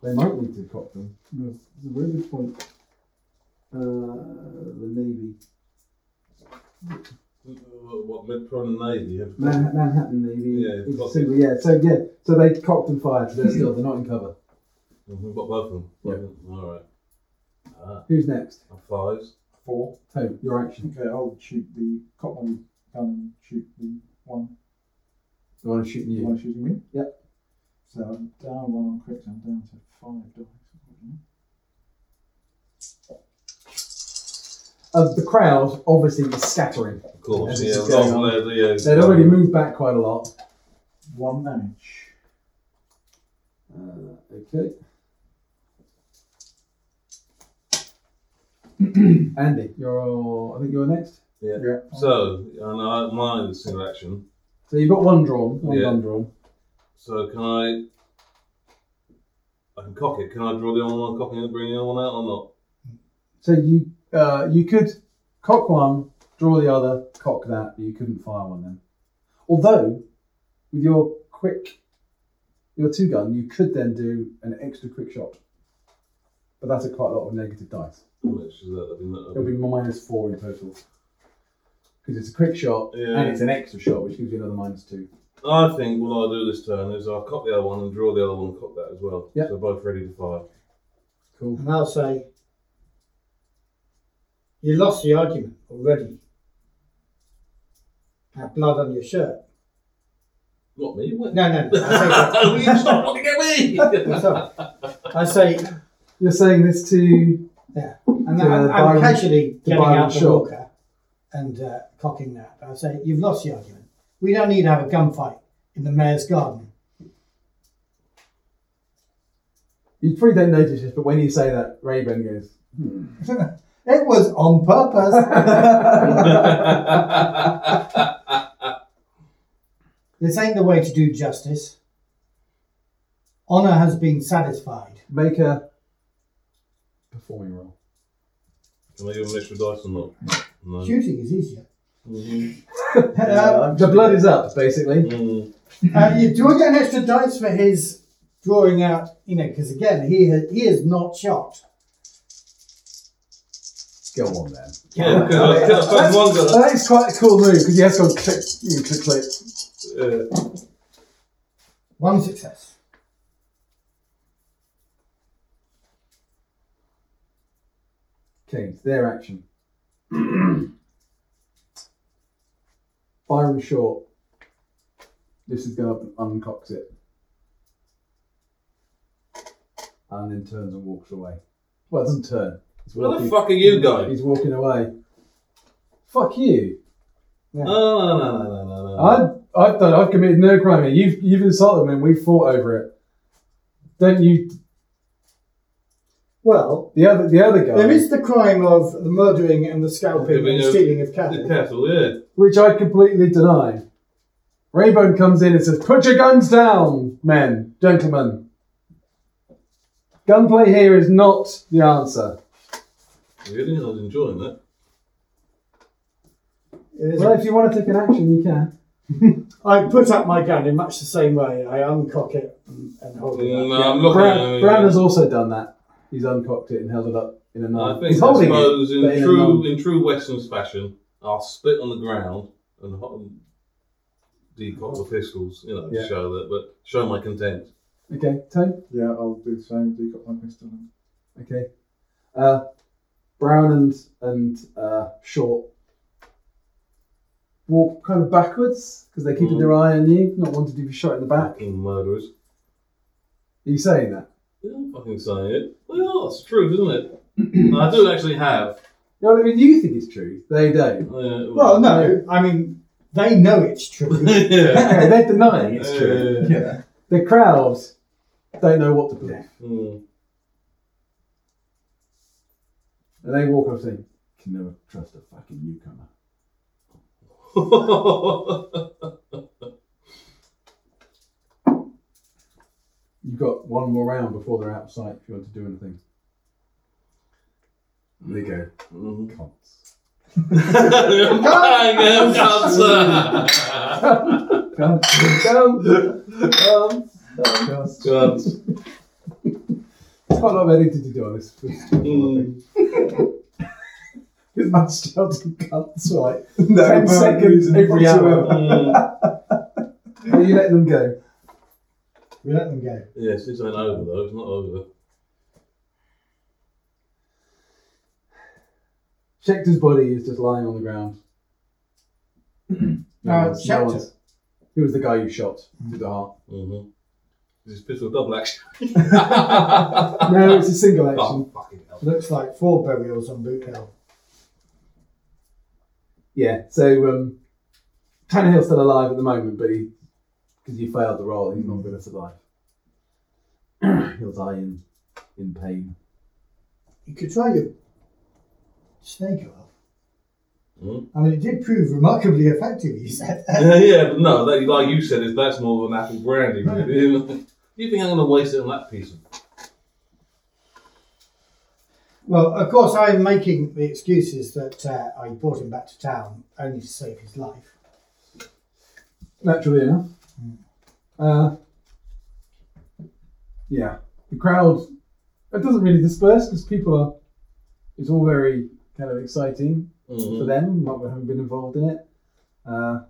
S4: They might need to cop them. It's a very good point. Uh, the Navy.
S3: Uh, What Metron Navy? have-
S4: Man- Manhattan Navy.
S3: Yeah,
S4: It's
S3: got
S4: super- yeah, so yeah, so they cocked and fired, so they're still they're not in cover.
S3: Mhm, Got both of them.
S4: Yeah.
S3: All right. Ah,
S4: Who's next?
S3: and fives.
S5: Four.
S4: Tone, your action.
S5: Okay, I'll shoot the cock one gun and shoot the one
S4: The one who's shooting
S5: the
S4: you.
S5: one shooting me.
S4: Yep.
S5: So I'm down one on quick, so I'm down to five dice. unfortunately.
S4: Uh, the crowd obviously is scattering.
S3: Of course.
S4: Yeah,
S3: Yeah.
S4: this is going
S3: Long
S4: on.
S3: leather, yeah.
S4: They'd already moved back quite a lot.
S5: One damage.
S4: Uh, okay. Andy, you're I think you're next.
S3: Yeah.
S5: Yeah.
S3: So, and I, mine is single action.
S4: So you've got one drawn, one
S3: Yeah.
S4: gun drawn.
S3: So can I? I can cock it. Can I draw the other one, cocking it, bring the other one out, or not?
S4: So you uh, you could cock one, draw the other, cock that, but you couldn't fire one then. Although with your quick your two gun, you could then do an extra quick shot. But that's at quite a lot of negative dice.
S3: Which is that? I mean, that-
S4: It'll be minus four in total. Because it's a quick shot
S3: Yeah.
S4: and it's an extra shot, which gives you another minus two.
S3: I think what I'll do this turn is I'll cock the other one and draw the other one, cock that as well.
S4: Yeah.
S3: So both ready to fire.
S4: Cool.
S6: And I'll say, you lost the argument already. Have blood on your shirt.
S3: What me? What?
S6: No, no, no.
S3: Oh, you just
S6: I
S3: want to get me.
S6: say, Sorry. I say,
S4: You're saying this to
S6: and
S4: To
S6: I'm, I'm
S4: Byron-
S6: casually
S4: to
S6: getting
S4: Byron
S6: out the
S4: Shaw.
S6: walker and uh, cocking that. I say, you've lost the argument. We don't need to have a gunfight in the mayor's garden.
S4: you probably don't notice this, but when you say that, Raven goes,
S6: It was on purpose. this ain't the way to do justice. Honor has been satisfied.
S4: make a performing roll.
S3: Can I give him an extra dice or not? No.
S6: Shooting is easier.
S3: Mhm.
S6: Uh,
S4: The blood is up, basically.
S3: Mm.
S6: uh, you do get an extra dice for his drawing out, you know, because again, he ha- he is not shot.
S4: Go on then. Uh,
S3: Yeah, because I, 'cause I suppose one got.
S4: That is quite a cool move because he has gone click, you know, click, click.
S3: Yeah.
S6: One success.
S4: Okay, it's their action. Byron Short. This is going up and uncocks it. And then turns and walks away. Well, it doesn't turn. He's
S3: Where the fuck are you going?
S4: He's walking away. Fuck you.
S3: No, no, no, no, no, no, no.
S4: I I've done. I've committed no crime here. You've you've insulted me, and we fought over it. Don't you?
S7: Well,
S4: The other the other guy,
S7: there is the crime of the murdering and the scalping and the stealing of
S3: The
S7: cattle.
S3: cattle, yeah.
S4: which I completely deny. Raybone comes in and says, "Put your guns down, men, gentlemen. Gunplay here is not the answer."
S3: Really? I was enjoying that.
S7: It is-
S4: Well, if you want to take an action, you can.
S7: I put up my gun in much the same way. I uncock it and, and hold it
S3: No,
S7: up.
S3: I'm looking
S4: Brown,
S3: at
S4: Brown has also done that. He's uncocked it and held it up in a
S3: I
S4: knife.
S3: think
S4: He's
S3: I
S4: holding
S3: suppose
S4: it. but
S3: in
S4: a
S3: true
S4: knife.
S3: in true Western's fashion, I'll spit on the ground and ho- decock the pistols, you know, to
S4: Yeah.
S3: show that, but show my contempt.
S4: Okay, Tony.
S5: Yeah, I'll do the same. Do you got my pistol? And
S4: Okay. Uh, Brown and and uh, Short walk kind of backwards because they're keeping
S3: Mm.
S4: their eye on you, not wanting to be shot in the back.
S3: Fucking murderers.
S4: Are you saying that?
S3: Yeah, I'm fucking saying it. Well, it's true, isn't it? I do actually have.
S4: You know what I mean? You think it's true. They don't.
S3: Uh,
S6: Well, no, I mean, they know it's true.
S3: yeah.
S4: Okay, they're denying it's true.
S3: Uh,
S5: yeah.
S4: The crowd don't know what to believe,
S3: hmm.
S4: and they walk up saying, "Can never trust a fucking newcomer."
S3: Hmm.
S4: You've got one more round before they're out of sight if you want to do anything. There you go.
S3: Mhm.
S4: Cons.
S3: Bang, cancer.
S4: Cons. Cons. Cons.
S5: Just-
S3: Cunts.
S4: Quite a lot of editing to do on this. Because my shouts and cunts were like 10
S5: No, apparent
S4: seconds
S5: reason
S4: every hour.
S5: whatsoever.
S3: Mm.
S4: Are you letting them go?
S6: we let them go.
S3: Yes, this ain't over though. It's not over.
S4: Schecter's body is just lying on the ground. no
S6: Uh,
S4: one's- no
S6: Schechter.
S4: one's- He was the guy you shot through the heart.
S3: Mm-hmm. This is pistol double action.
S4: No, it's a single action.
S3: oh, fucking hell.
S6: Looks like four burials on Boot Hill.
S4: Yeah, so um, Tannehill's still alive at the moment, but he, because you failed the roll, he's not going to survive. He'll die in, in pain.
S6: You could try your snake oil.
S3: Hmm?
S6: I mean, it did prove remarkably effective, you said.
S3: Yeah, yeah, but no, that, like you said, is that's more of an apple brandy. Really. you think I'm going to waste it on that piece of
S6: Well, of course, I'm making the excuses that uh, I brought him back to town only to save his life.
S4: Naturally enough. Uh, yeah, the crowd, it doesn't really disperse because people are, it's all very kind of exciting for
S3: Mhm.
S4: them, not having been involved in it. Uh,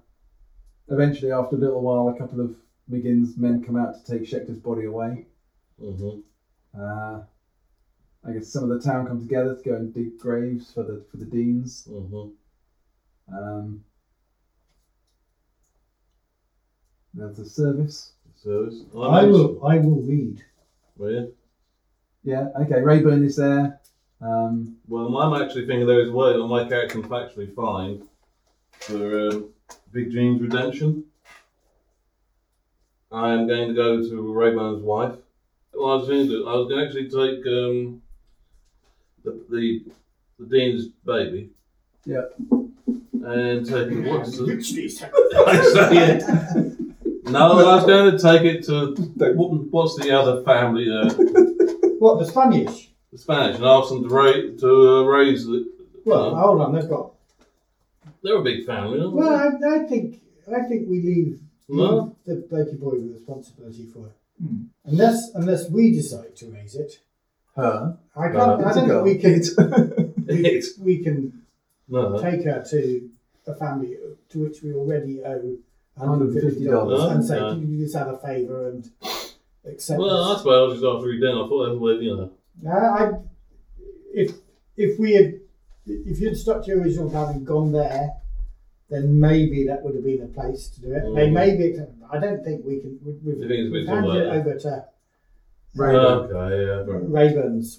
S4: eventually, after a little while, a couple of McGinn's men come out to take Schecter's body away.
S3: Mhm.
S4: Uh, I guess some of the town come together to go and dig graves for the for the deans.
S3: Mhm.
S4: Um, there's a service.
S3: Service.
S6: I will, I will read.
S3: Well, yeah.
S4: Yeah. Okay. Rayburn is there. Um,
S3: Well, I'm actually thinking there is a way that my character can actually find for um, Big Dream's redemption. I am going to go to Rayburn's wife. Well, I was going to, I was going to actually take um, the, the the dean's baby.
S4: Yeah.
S3: And take it. What's the,
S7: Richly said.
S3: I say it. No, I was going to take it to what, what's the other family there?
S6: What, the Spanish?
S3: The Spanish, and ask them to raise to uh, raise the.
S6: Well, hold on, they've got.
S3: They're a big family, aren't
S6: Well,
S3: they?
S6: I, I think I think we leave,
S3: No.
S6: leave the Blakey boy with responsibility for it.
S5: Hmm.
S6: Unless unless we decide to raise it.
S4: her.
S6: I can't.
S3: No,
S4: it's a
S6: I don't think
S4: girl.
S6: we can. we,
S3: It.
S6: we can
S3: No.
S6: take her to a family to which we already owe
S4: $150.
S6: $150 and say,
S3: No.
S6: can you do us a favour and
S3: Uh-huh.
S6: accept
S3: Well,
S6: this?
S3: that's why I was just after you down. I thought that was, you know.
S6: No, I, if if we had if you'd stuck to your original plan and gone there, then maybe that would have been a place to do it. They
S3: Mm.
S6: maybe I don't think we can. We, we've
S3: I think it's a bit too
S6: handed it
S3: late.
S6: over to
S4: Rayburn.
S3: Okay, yeah. fair enough.
S6: Raven's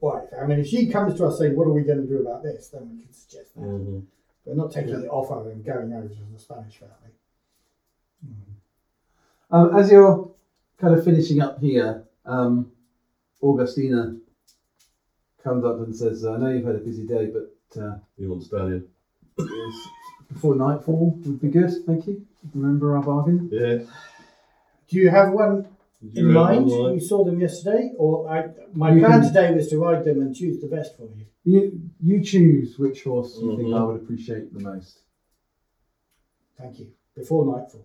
S6: wife. I mean, if she comes to us saying, "What are we going to do about this?" then we can suggest that.
S3: Mhm.
S6: We're not taking it off her and going over to the Spanish family.
S4: Um, as you're kind of finishing up here, um, Augustina comes up and says, "Uh, "I know you've had a busy day, but uh,
S3: You want to stand
S4: it's- before nightfall would be good. Thank you. Remember our bargain."
S3: here? Yeah.
S6: Do you have one
S3: Did you
S6: in
S3: read
S6: mind?
S3: online?
S6: You saw them yesterday, or I, my
S4: You
S6: plan
S4: can-
S6: today was to ride them and choose the best for you.
S4: You you choose which horse you think
S3: Mhm.
S4: I would appreciate the most.
S6: Thank you. Before nightfall.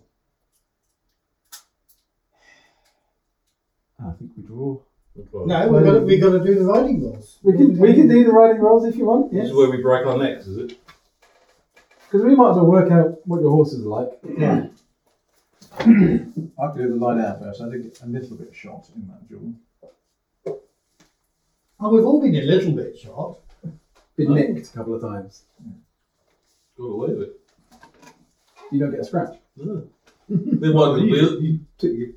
S4: I think we draw.
S6: No, we got we got to do the riding rolls.
S4: We can we can do the riding rolls if you want.
S3: This
S4: Yes.
S3: is where we break our necks, is it?
S4: Because we might as well work out what your horses are like.
S5: I could do the lie down first. I did get a little bit shot in that duel.
S6: Oh, we've all been a little bit shot.
S4: Been nicked a couple of times.
S3: Got away with it.
S4: You don't get a scratch.
S3: Yeah. Then why couldn't we-
S5: You took your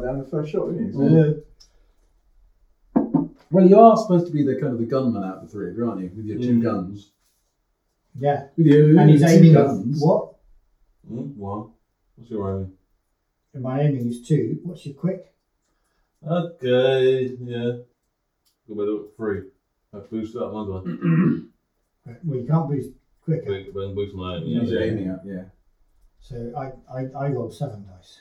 S5: guy down the first shot, didn't you?
S4: Well, you are supposed to be the kind of the gunman out of the three of you, aren't you? With your two
S3: Mm.
S4: guns.
S6: Yeah,
S4: With your
S6: and he's
S4: two
S6: aiming.
S4: guns.
S6: What?
S3: Mm, one. What's your aiming?
S6: And my aiming is two. What's your quick?
S3: Okay, yeah. Got better at three. I boost that one, do I?
S6: Well, you can't boost quicker.
S3: Then- Then boost my aim.
S4: Yeah,
S3: Yeah,
S4: you're
S3: yeah.
S4: aiming at, yeah.
S6: So I, I, I roll seven dice.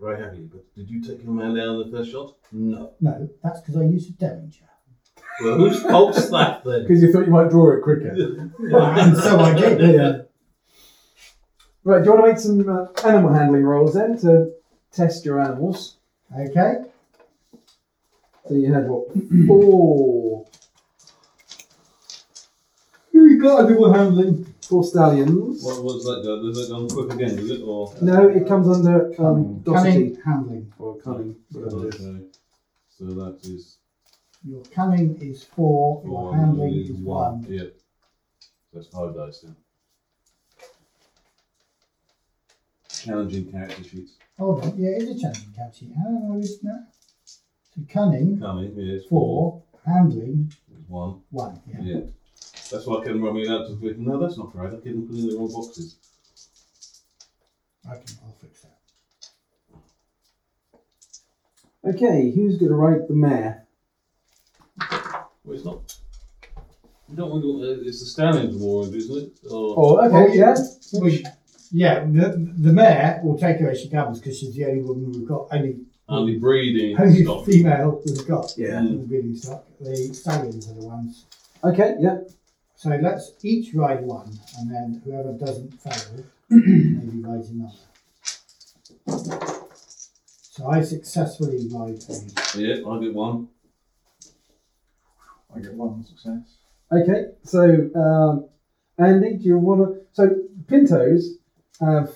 S3: Very happy. But did you take your man down in the first shot? No.
S6: No, that's because I used a Derringer.
S3: Well, whose fault's that then?
S4: Because you thought you might draw it quicker.
S6: and so I did.
S4: yeah. Right, do you want to make some uh, animal handling rolls then to test your animals?
S6: Okay.
S4: So you had what? Four.
S6: You got animal handling.
S4: Four stallions.
S3: What, what's that go? Does that go on quick again, does it? Or
S4: No, it comes under um, docility
S6: Cunning handling.
S4: or cunning, whatever it is.
S3: Okay. So that is
S6: Your cunning is four. Your
S3: one.
S6: handling
S3: is
S6: is one.
S3: Yeah. That's five dice then. Challenging character sheets.
S6: Hold on. Yeah, it's a challenging couch sheet. How do I read that? So cunning
S3: Coming, yeah, it's four.
S6: four, handling
S3: It's one.
S6: one. Yeah.
S3: Yeah. That's why I kept running out to think, no, that's not right. I kept putting in the wrong boxes.
S6: I can. I'll fix that.
S4: Okay, who's going to ride the mare?
S3: Well, it's not. You don't want to, uh, it's the Stallions War, isn't it? Or,
S4: Oh, okay,
S6: Well,
S4: yeah.
S6: We, yeah, the, the mare will take her as she comes because she's the only woman we've got, only,
S3: only breeding
S6: only
S3: stock.
S6: female we've got
S4: Yeah.
S6: in the breeding stock. The stallions are the ones.
S4: Okay, yeah.
S6: So let's each ride one, and then whoever doesn't fail maybe rides another. So I successfully ride a
S3: Yeah, I get one.
S5: I get one success.
S4: Okay, so um, Andy, do you want to? So Pintos have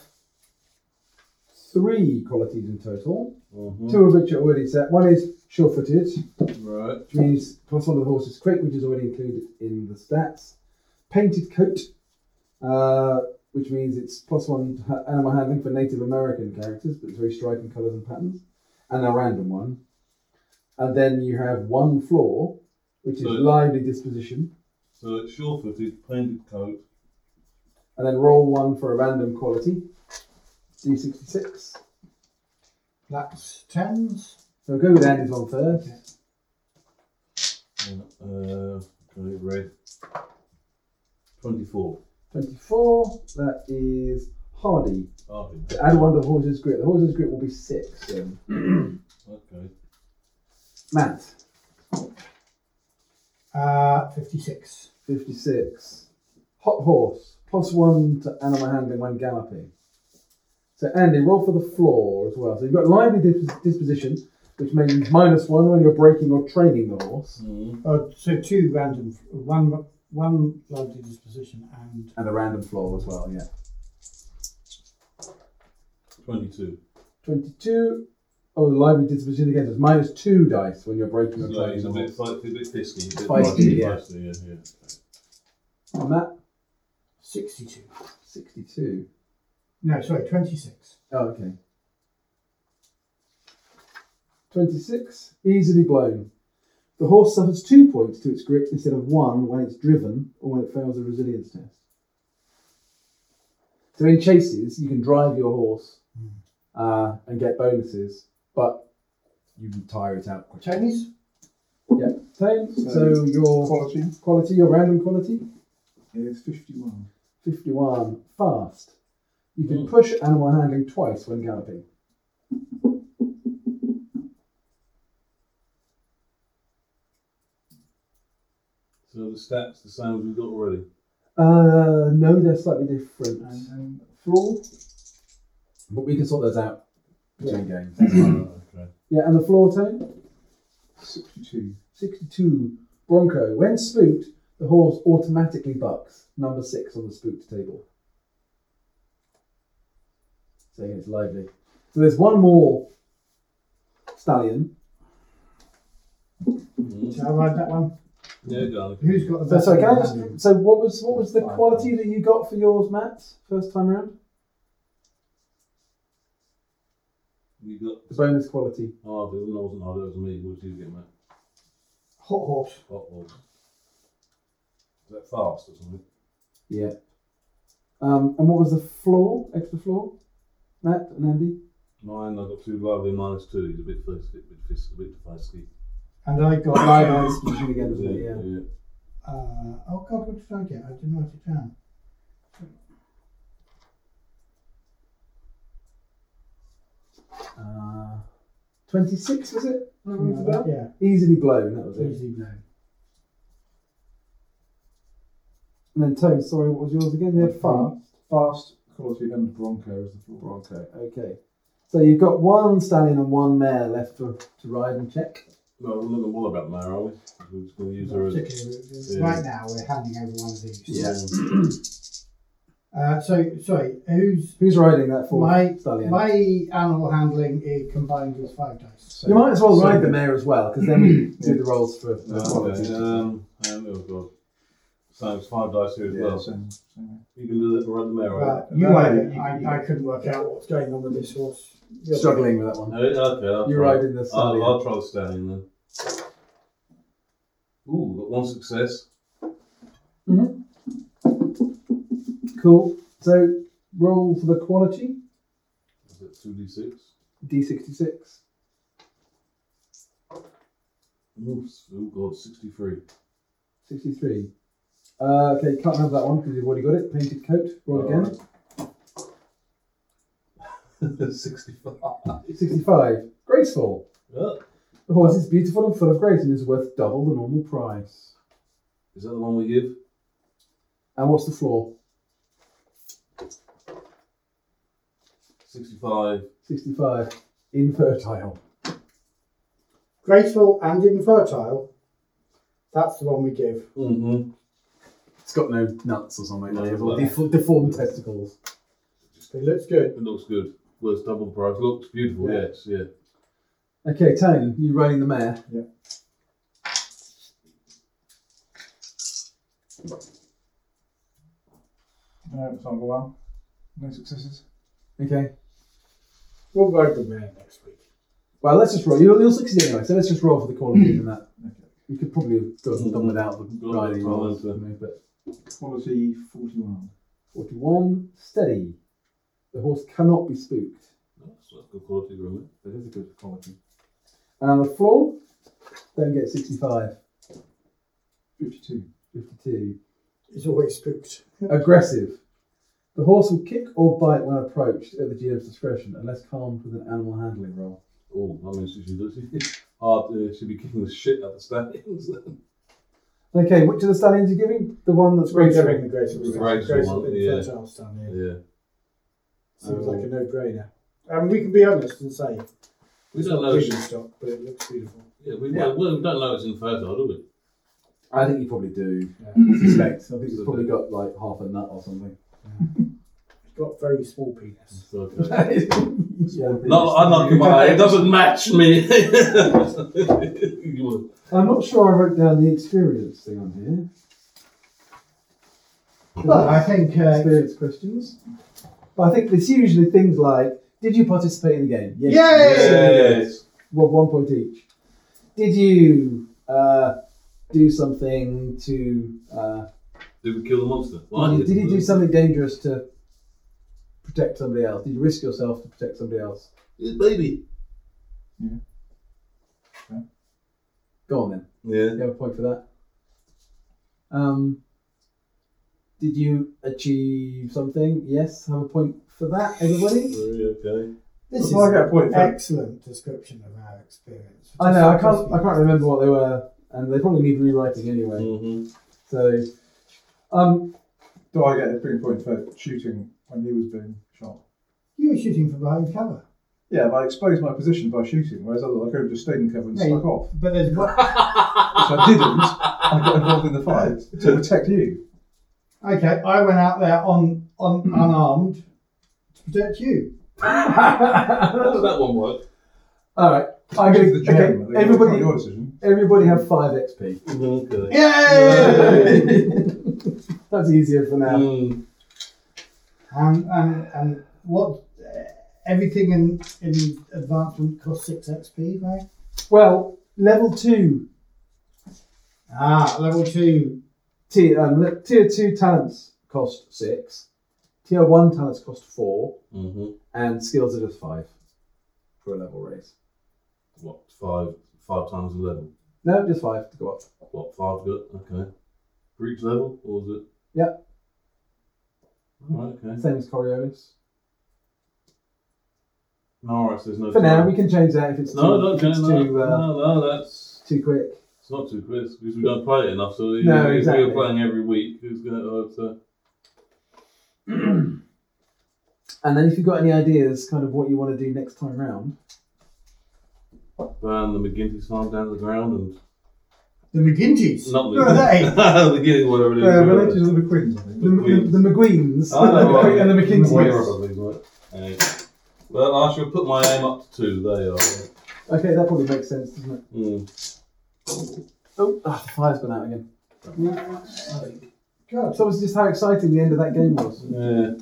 S4: three qualities in total,
S3: Mhm.
S4: two of which are already set. One is sure-footed, which
S3: Right.
S4: means plus one of the horse is quick, which is already included in the stats. Painted coat, uh, which means it's plus one to ha- animal handling for Native American characters, but it's very striking colours and patterns, and a random one. And then you have one floor, which is
S3: So-
S4: lively disposition.
S3: So it's sure footed, painted coat.
S4: and then roll one for a random quality. D66.
S6: flaps tens.
S4: So go with Andy's one first.
S3: Uh, okay, red. 24.
S4: 24. That is hardy.
S3: Oh,
S4: To add one to the horse's grit. The horse's grit will be six. Then.
S3: okay.
S4: Matt,
S6: Uh, 56.
S4: 56. Hot horse, plus one to animal handling when galloping. So Andy, roll for the floor as well. So you've got lively dis- disposition, which means minus one when you're breaking or training the horse,
S3: Mhm.
S6: Oh, so two random, one one lively disposition and
S4: and a random floor as well. Yeah.
S3: 22.
S4: 22. Oh, the lively disposition again. There's minus two dice when you're breaking or
S3: So
S4: training
S3: it's a
S4: the
S3: bit,
S4: horse.
S3: like, a bit fisky. A bit
S4: Feisty,
S3: feisty,
S4: yeah.
S3: feisty, yeah, yeah.
S4: And Matt,
S6: 62.
S4: 62.
S6: No, sorry, 26.
S4: Oh, okay. 26. Easily blown. The horse suffers two points to its grit instead of one when it's driven or when it fails a resilience test. So in chases, you can drive your horse uh, and get bonuses, but you can tire it out quickly.
S6: Chinese?
S4: Yeah. Tame. So your
S5: Quality
S4: quality, your random quality,
S5: is 51.
S4: 51. Fast. You can push animal handling twice when galloping.
S3: So the stats the same as we've got already.
S4: Uh, no, they're slightly different.
S5: And then floor,
S4: But we can sort those out between games.
S3: Ah, okay.
S4: Yeah, and the floor tone?
S5: 62.
S4: 62 Bronco. When spooked, the horse automatically bucks. Number six on the spooked table. So it's lively. So there's one more stallion.
S6: Shall I ride that one?
S3: Yeah, garlic.
S6: Who's got the
S4: So,
S6: best?
S4: sorry, can I
S6: one?
S4: just, so what was what was the quality that you got for yours, Matt, first time round?
S3: You got
S4: The bonus quality.
S3: oh, it wasn't- wasn't hard, it was me. What did you get, mate?
S6: Hot horse.
S3: Hot oil. Is that fast or something?
S4: Yeah. Um, and what was the floor? Extra floor? Matt and Andy?
S3: Mine, I got two lively minus two. He's a bit thirsty, a bit fist, a bit feisty.
S6: And I got.
S4: Live eyes usually again, doesn't it?
S3: yeah.
S4: Yeah.
S3: yeah.
S6: Uh, oh God, what did I get? I didn't write it down.
S4: Uh, 26, was it?
S6: Something like that. Mm-hmm. Uh, Yeah,
S4: Easily blown, that was it.
S6: easy blow.
S4: And then Tone, sorry, what was yours again? You had fast.
S5: Fast, quality, and Bronco is the floor.
S4: Bronco. Okay. So you've got one stallion and one mare left to, to ride and check.
S3: Well, we're not going to bother about the mare, are we? We're just going to use her
S6: Particularly,
S3: as.
S6: uh, Right now, we're handing over one of these.
S4: Yeah.
S6: Uh, so, sorry, who's
S4: Who's riding that for?
S6: my
S4: stallion.
S6: my animal handling is combined with five dice.
S4: you might as well ride the mare as well, because then we do the rolls for for
S3: Uh,
S4: quality.
S3: okay. Um, um, oh, God. So it's five dice here as
S5: Yeah,
S3: well.
S5: same, same.
S3: You can do that for the mare, right?
S6: Right, you
S5: No,
S6: ride it.
S5: you-
S6: I, I couldn't work out what's going on with this horse. You're-
S4: Struggling with that one.
S3: No, okay. I'll
S4: You're
S3: try.
S4: riding the stallion.
S3: I'll, I'll try the stallion then. Ooh, got one success.
S4: Cool. So roll for the quality,
S3: Is it 2d6?
S4: D66.
S3: Ooh, s- oh, God, 63.
S4: 63. Uh, okay, can't have that one because you've already got it. Painted coat, roll again.
S3: Alright. 65.
S4: 65. Graceful.
S3: Yeah.
S4: The horse is beautiful and full of grace and is worth double the normal price.
S3: Is that the one we give?
S4: And what's the floor?
S3: 65.
S4: 65. Infertile.
S6: Graceful and infertile. That's the one we give.
S3: Mm-hmm.
S4: It's got no nuts or something.
S3: No,
S4: like that,
S3: well.
S4: or defo- deformed testicles.
S6: It looks good.
S3: It looks good. Worth double the price. Looks beautiful,
S4: Yeah.
S3: yes, yeah.
S4: Okay, Tane, you riding the mare.
S5: Yeah. No, it's not well. No successes.
S4: Okay.
S6: We'll ride the mare next week.
S4: Well, let's just roll. You'll, you'll succeed anyway, so let's just roll for the quality and that.
S5: Okay.
S4: You could probably have done, done without the
S3: Got
S4: riding
S3: the
S4: rolls.
S3: time,
S4: you know, But
S5: Quality 41.
S4: 41. Steady. The horse cannot be spooked.
S3: That's, that's good quality grooming.
S4: That is a good quality. And the floor, don't get 65.
S5: 52.
S4: 52.
S6: It's always spooked.
S4: Aggressive. The horse will kick or bite when approached at the GM's discretion, unless calmed with an animal handling roll.
S3: Oh, that means she should, hard, uh, she'd be kicking the shit out the stallions.
S4: Okay, which of the stallions are you giving? The one that's
S6: We're
S4: graceful.
S6: giving the graceful.
S3: Graceful one, yeah.
S6: infertile stand here.
S3: yeah. Um,
S6: Seems like a no-brainer. And we can be honest and say
S3: We
S6: it's
S3: don't
S6: not
S3: know.
S6: pigeon
S3: She,
S6: stock, but it looks beautiful.
S3: yeah, we,
S4: Yeah.
S3: Well, we don't know it's infertile, do we?
S4: I think you probably do.
S6: Yeah.
S4: Suspect. I think it's probably got like half a nut or something.
S6: It's got very small penis.
S3: It's okay.
S4: yeah.
S3: No, I'm not It doesn't match me. You
S4: I'm not sure I wrote down the experience thing on here.
S6: Well, I think uh,
S4: Experience questions. But I think it's usually things like Did you participate in the game? Yes.
S6: Yay!
S3: Yes.
S4: Well, one point each. Did you uh, do something to. Uh,
S3: Did we kill the monster?
S4: Did you, did you do something dangerous to protect somebody else? Did you risk yourself to protect somebody else?
S3: His baby.
S4: Go on then.
S3: Yeah.
S4: You have a point for that. Um, did you achieve something? Yes. Have a point for that, everybody.
S3: Three, Okay.
S6: This is
S5: Well, I get a point
S6: an
S5: for that.
S6: excellent description of our experience.
S4: I know. I can't. I can't remember what they were, and they probably need rewriting anyway.
S3: Mm-hmm.
S4: So, um,
S5: Do I get a three point for shooting when he was being shot?
S6: You were shooting from behind cover.
S5: Yeah, but I exposed my position by shooting, whereas other I could have just stayed in cover and
S6: Yeah,
S5: stuck
S6: you-
S5: off.
S6: But there's one.
S5: Which I didn't. I got involved in the fight to protect you.
S6: Okay, I went out there on, on unarmed to protect you.
S3: How does that one work?
S4: all right. I'm gonna.
S5: the gem.
S4: Okay, everybody.
S5: Your decision.
S4: Everybody have five XP.
S3: Mm-hmm, Okay.
S6: Yay!
S4: That's easier for now.
S3: Mm.
S6: And, and, and what? Uh, everything in, in advancement costs 6 XP, right?
S4: Well, level two,
S6: Ah, level 2.
S4: tier, um, le- tier two talents cost six, tier one talents cost four,
S3: Mm-hmm.
S4: and skills are just five for a level raise.
S3: What? Five. Five times eleven.
S4: No, just five to go up.
S3: What? Five good. Okay. For each level, or is it?
S4: Yep.
S3: All right. Okay.
S4: Same as Coriolis.
S3: All right. So there's no.
S4: For now, we can change that if it's too,
S3: No, don't
S4: if it's
S3: change that.
S4: too, uh,
S3: no, no, that's.
S4: too quick.
S3: It's not too quiz because we don't play it enough. So if
S4: No,
S3: we
S4: exactly.
S3: were playing every week, it's going to hurt. So.
S4: And then if you've got any ideas, kind of what you want to do next time round.
S3: Burn the McGinty farm down to the ground
S6: The McGinty's.
S3: and not
S6: Who are they?
S3: the McGinty, whatever it is.
S5: They're related to the McQueens, I
S4: Uh,
S5: think.
S4: The, the, the McGueens
S3: I don't know,
S4: and the
S3: yeah. Whatever,
S4: McKinseys.
S3: probably, right. Anyway. Well, I shall put my aim up to two. They are. right.
S4: Okay, that probably makes sense, doesn't it?
S3: Mm.
S4: Oh, ah, the fire's gone out again.
S6: God.
S4: That was just how exciting the end of that game was.
S3: Yeah.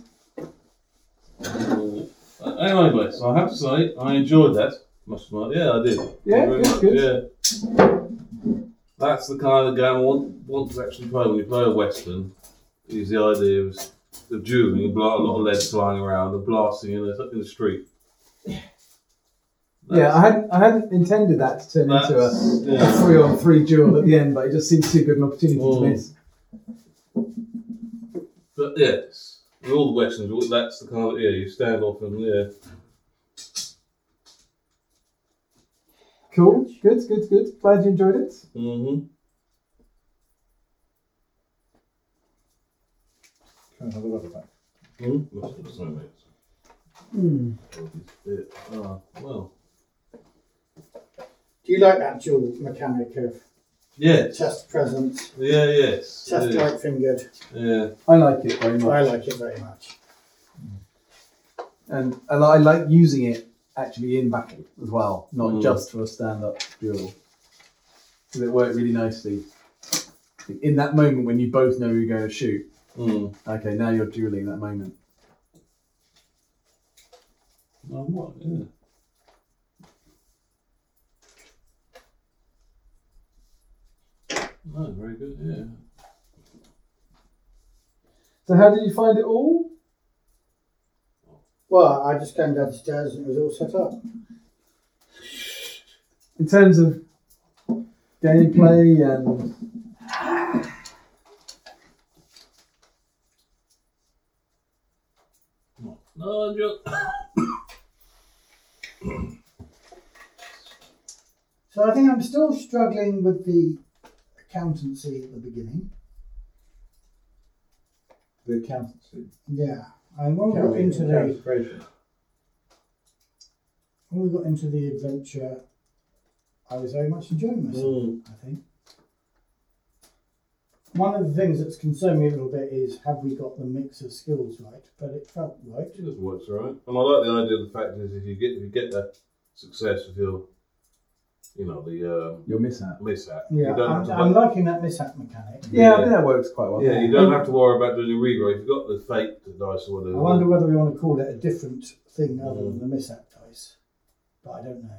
S3: Uh, anyway, Bless, I have to say, I enjoyed that. Much more. Yeah, I did.
S4: Yeah,
S3: Very
S4: that's
S3: much,
S4: good.
S3: Yeah. That's the kind of game I want, want to actually play. When you play a Western, is the idea of, of dueling, a bla- a lot of lead flying around, and blasting in the, in the street.
S4: Yeah, I hadn't, I hadn't intended that to turn into a,
S3: That's-
S4: a
S3: yeah.
S4: three on three duel at the end, but it just seems too good an opportunity
S3: Mm.
S4: to miss.
S3: But yes, with all the Westerns, all- that's the kind of, yeah, you stand off and, yeah.
S4: Cool, good, good, good. Glad you enjoyed it.
S3: hmm
S5: Can I have a rubber back?
S3: Mm-hmm. Must have some mates. Yeah. Ah, well.
S6: Do you like that dual mechanic of
S3: Yeah.
S6: chest present,
S3: Yeah, yes.
S6: chest
S3: yeah.
S6: like fingered?
S3: yeah.
S4: I like it very much,
S6: I like it very much.
S4: and and I like using it actually in battle as well, not
S3: Mm.
S4: just for a stand up duel. 'Cause it worked really nicely in that moment when you both know you're going to shoot.
S3: Mm.
S4: Okay, now you're dueling that moment.
S3: Oh, what? Yeah. No, very good, yeah.
S4: So how did you find it all?
S6: Well, I just came down the stairs and it was all set up.
S4: in terms of gameplay and
S3: No, I'm just.
S6: So I think I'm still struggling with the accountancy at the beginning.
S5: The accountancy.
S6: Yeah. I mean, when we got
S5: Accounting-
S6: into the
S5: accounting creation.
S6: when we got into the adventure, I was very much enjoying myself.
S3: Mm.
S6: I think. One of the things that's concerned me a little bit is have we got the mix of skills right? But it felt right.
S3: It just works alright. And I like the idea of the fact is if you get if you get that success with your you know, the um
S4: your mishap.
S3: mishap.
S6: Yeah,
S3: You don't
S6: I'm,
S3: have to
S6: I'm
S3: worry-
S6: liking that mishap mechanic.
S4: Yeah, I think that works quite well.
S3: Yeah, you don't have to worry about doing a reroll. If you've got the fate dice or
S6: I
S3: whatever.
S6: wonder whether we want to call it a different thing other
S3: Mm.
S6: than the mishap dice. But I don't know.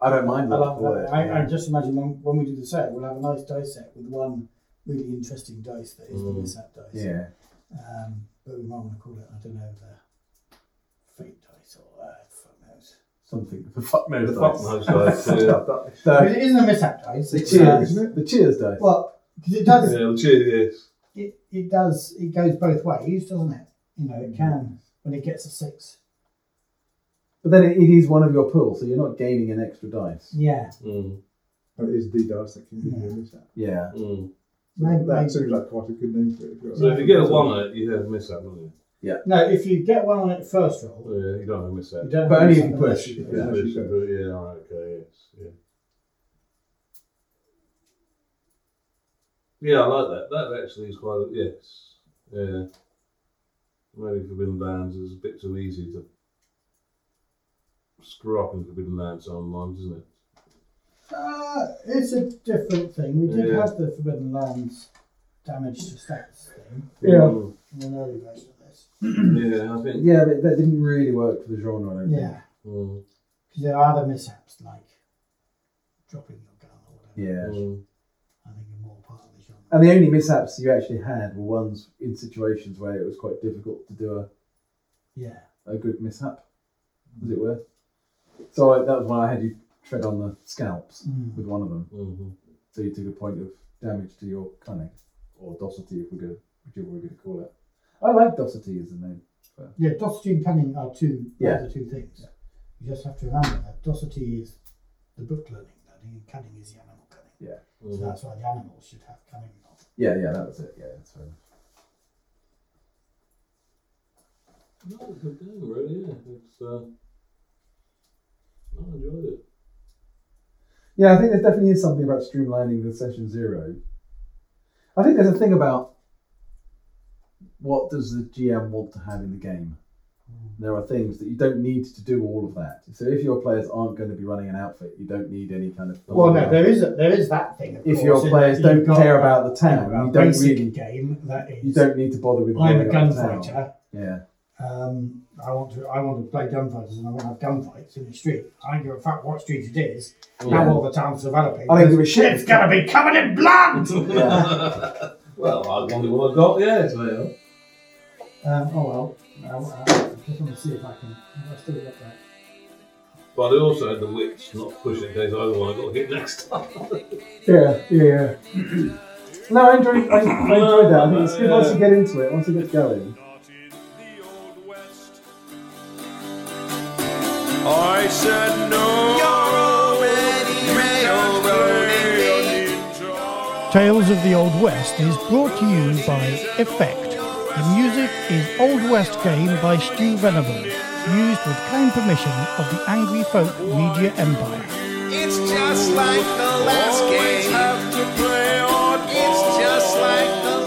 S4: I don't mind
S6: I
S4: that.
S6: love
S4: for
S6: that.
S4: it.
S6: I, I just imagine when, when we do the set, we'll have a nice dice set with one really interesting dice that is the
S3: Mm.
S6: mishap dice.
S4: yeah.
S6: Um, but we might want to call it, I don't know, the fate dice or uh, fuck knows.
S4: Something. The fuck knows.
S3: The fuck knows, guys. Yeah,
S6: But
S4: The,
S6: it isn't a mishap dice.
S4: the
S6: it's,
S4: cheers,
S6: uh,
S4: isn't Uh, it? The cheers dice.
S6: Well, 'cause it does,
S3: yeah, cheers, yes.
S6: it, it does, it goes both ways, doesn't it? You know, it
S4: Mm.
S6: can when it gets a six.
S4: but then it, it is one of your pool, so you're not gaining an extra dice.
S6: Yeah,
S3: Mm,
S5: But it is the dice that can give you a mishap.
S4: Yeah.
S3: mm.
S6: Maybe-
S5: That
S6: maybe-
S5: seems like quite a good name for it. if you're-
S3: So if you get a one on it, you have a miss that, don't you?
S6: No, if you get one on it first roll,
S3: Yeah, you don't have a miss
S6: you
S3: that.
S6: don't.
S4: But
S6: have
S4: only if
S6: something
S4: you
S6: like
S4: push.
S6: that.
S3: Yeah,
S5: Yeah,
S3: miss
S5: sure.
S3: that, yeah, all right, okay, yes. Yeah. yeah, I like that. That actually is quite a, yes. Yeah. Maybe Forbidden Lands is a bit too easy to screw up in Forbidden Lands sometimes, isn't it?
S6: Uh, it's a different thing. We did
S3: Yeah.
S6: have the Forbidden Lands damage to stats thing
S3: Yeah.
S6: in an early version of this.
S3: Yeah, I think.
S4: Yeah, but that didn't really work for the genre. I don't think.
S6: Yeah,
S3: Mm,
S6: because there are other mishaps like dropping your gun or whatever.
S4: Yeah.
S3: mm,
S6: I think are more part of the genre.
S4: And the only mishaps you actually had were ones in situations where it was quite difficult to do
S6: yeah.
S4: a, a good mishap, as it were. So I, that was why I had you tread on the scalps
S6: Mm.
S4: with one of them.
S3: mhm.
S4: So you took a point of damage to your cunning, or docility, if we're going, whichever we're going to call it. I like docility as a name.
S6: Yeah, docility and cunning are two
S4: Yeah.
S6: are the two things. You just have to remember that docility is the book learning cunning, and cunning is the animal cunning.
S4: Mm.
S6: So
S3: Mhm.
S6: that's why the animals should have cunning. Not.
S4: Yeah, yeah, that was it. Yeah, that's fair. enough.
S3: No, it's a good game, really, yeah. It's, uh, I enjoyed it.
S4: Yeah, I think there definitely is something about streamlining the session zero. I think there's a thing about what does the GM want to have in the game.
S6: Hmm.
S4: There are things that you don't need to do all of that. So if your players aren't going to be running an outfit, you don't need any kind of.
S6: Well, no, there is a, there is that thing. Of
S4: Oh, If
S6: course,
S4: your
S6: in that
S4: players
S6: you've
S4: don't
S6: got
S4: care
S6: a-
S4: about the town,
S6: a
S4: you don't
S6: basic
S4: really-
S6: game that is.
S4: You don't need to bother with.
S6: I'm a
S4: worrying about the town.
S6: gunfighter.
S4: Yeah,
S6: Um, I want to I want to play gunfighters and I want to have gunfights in the street. I don't give a fuck what street it is.
S4: Yeah.
S6: Now all the town's developing.
S4: I don't give a shit.
S6: It's gonna be covered in blood.
S3: well, I wonder what I got. Yeah, so yeah.
S6: Um, oh well, I, I just want to see if I can. I've still got that.
S3: But I also had the wits not push it in case I want to got hit next time.
S4: yeah, yeah. no, I enjoyed. I, I enjoyed that. I think it's good once you get into it, once you get going.
S1: Not in the old west. I said no.
S8: Tales of the Old West is brought to you by Effect. The music is Old West Game by Stu Venable, used with kind permission of the Angry Folk Media Empire.
S2: It's just like the last game.
S1: have to play oddball. Oh.
S2: It's just like the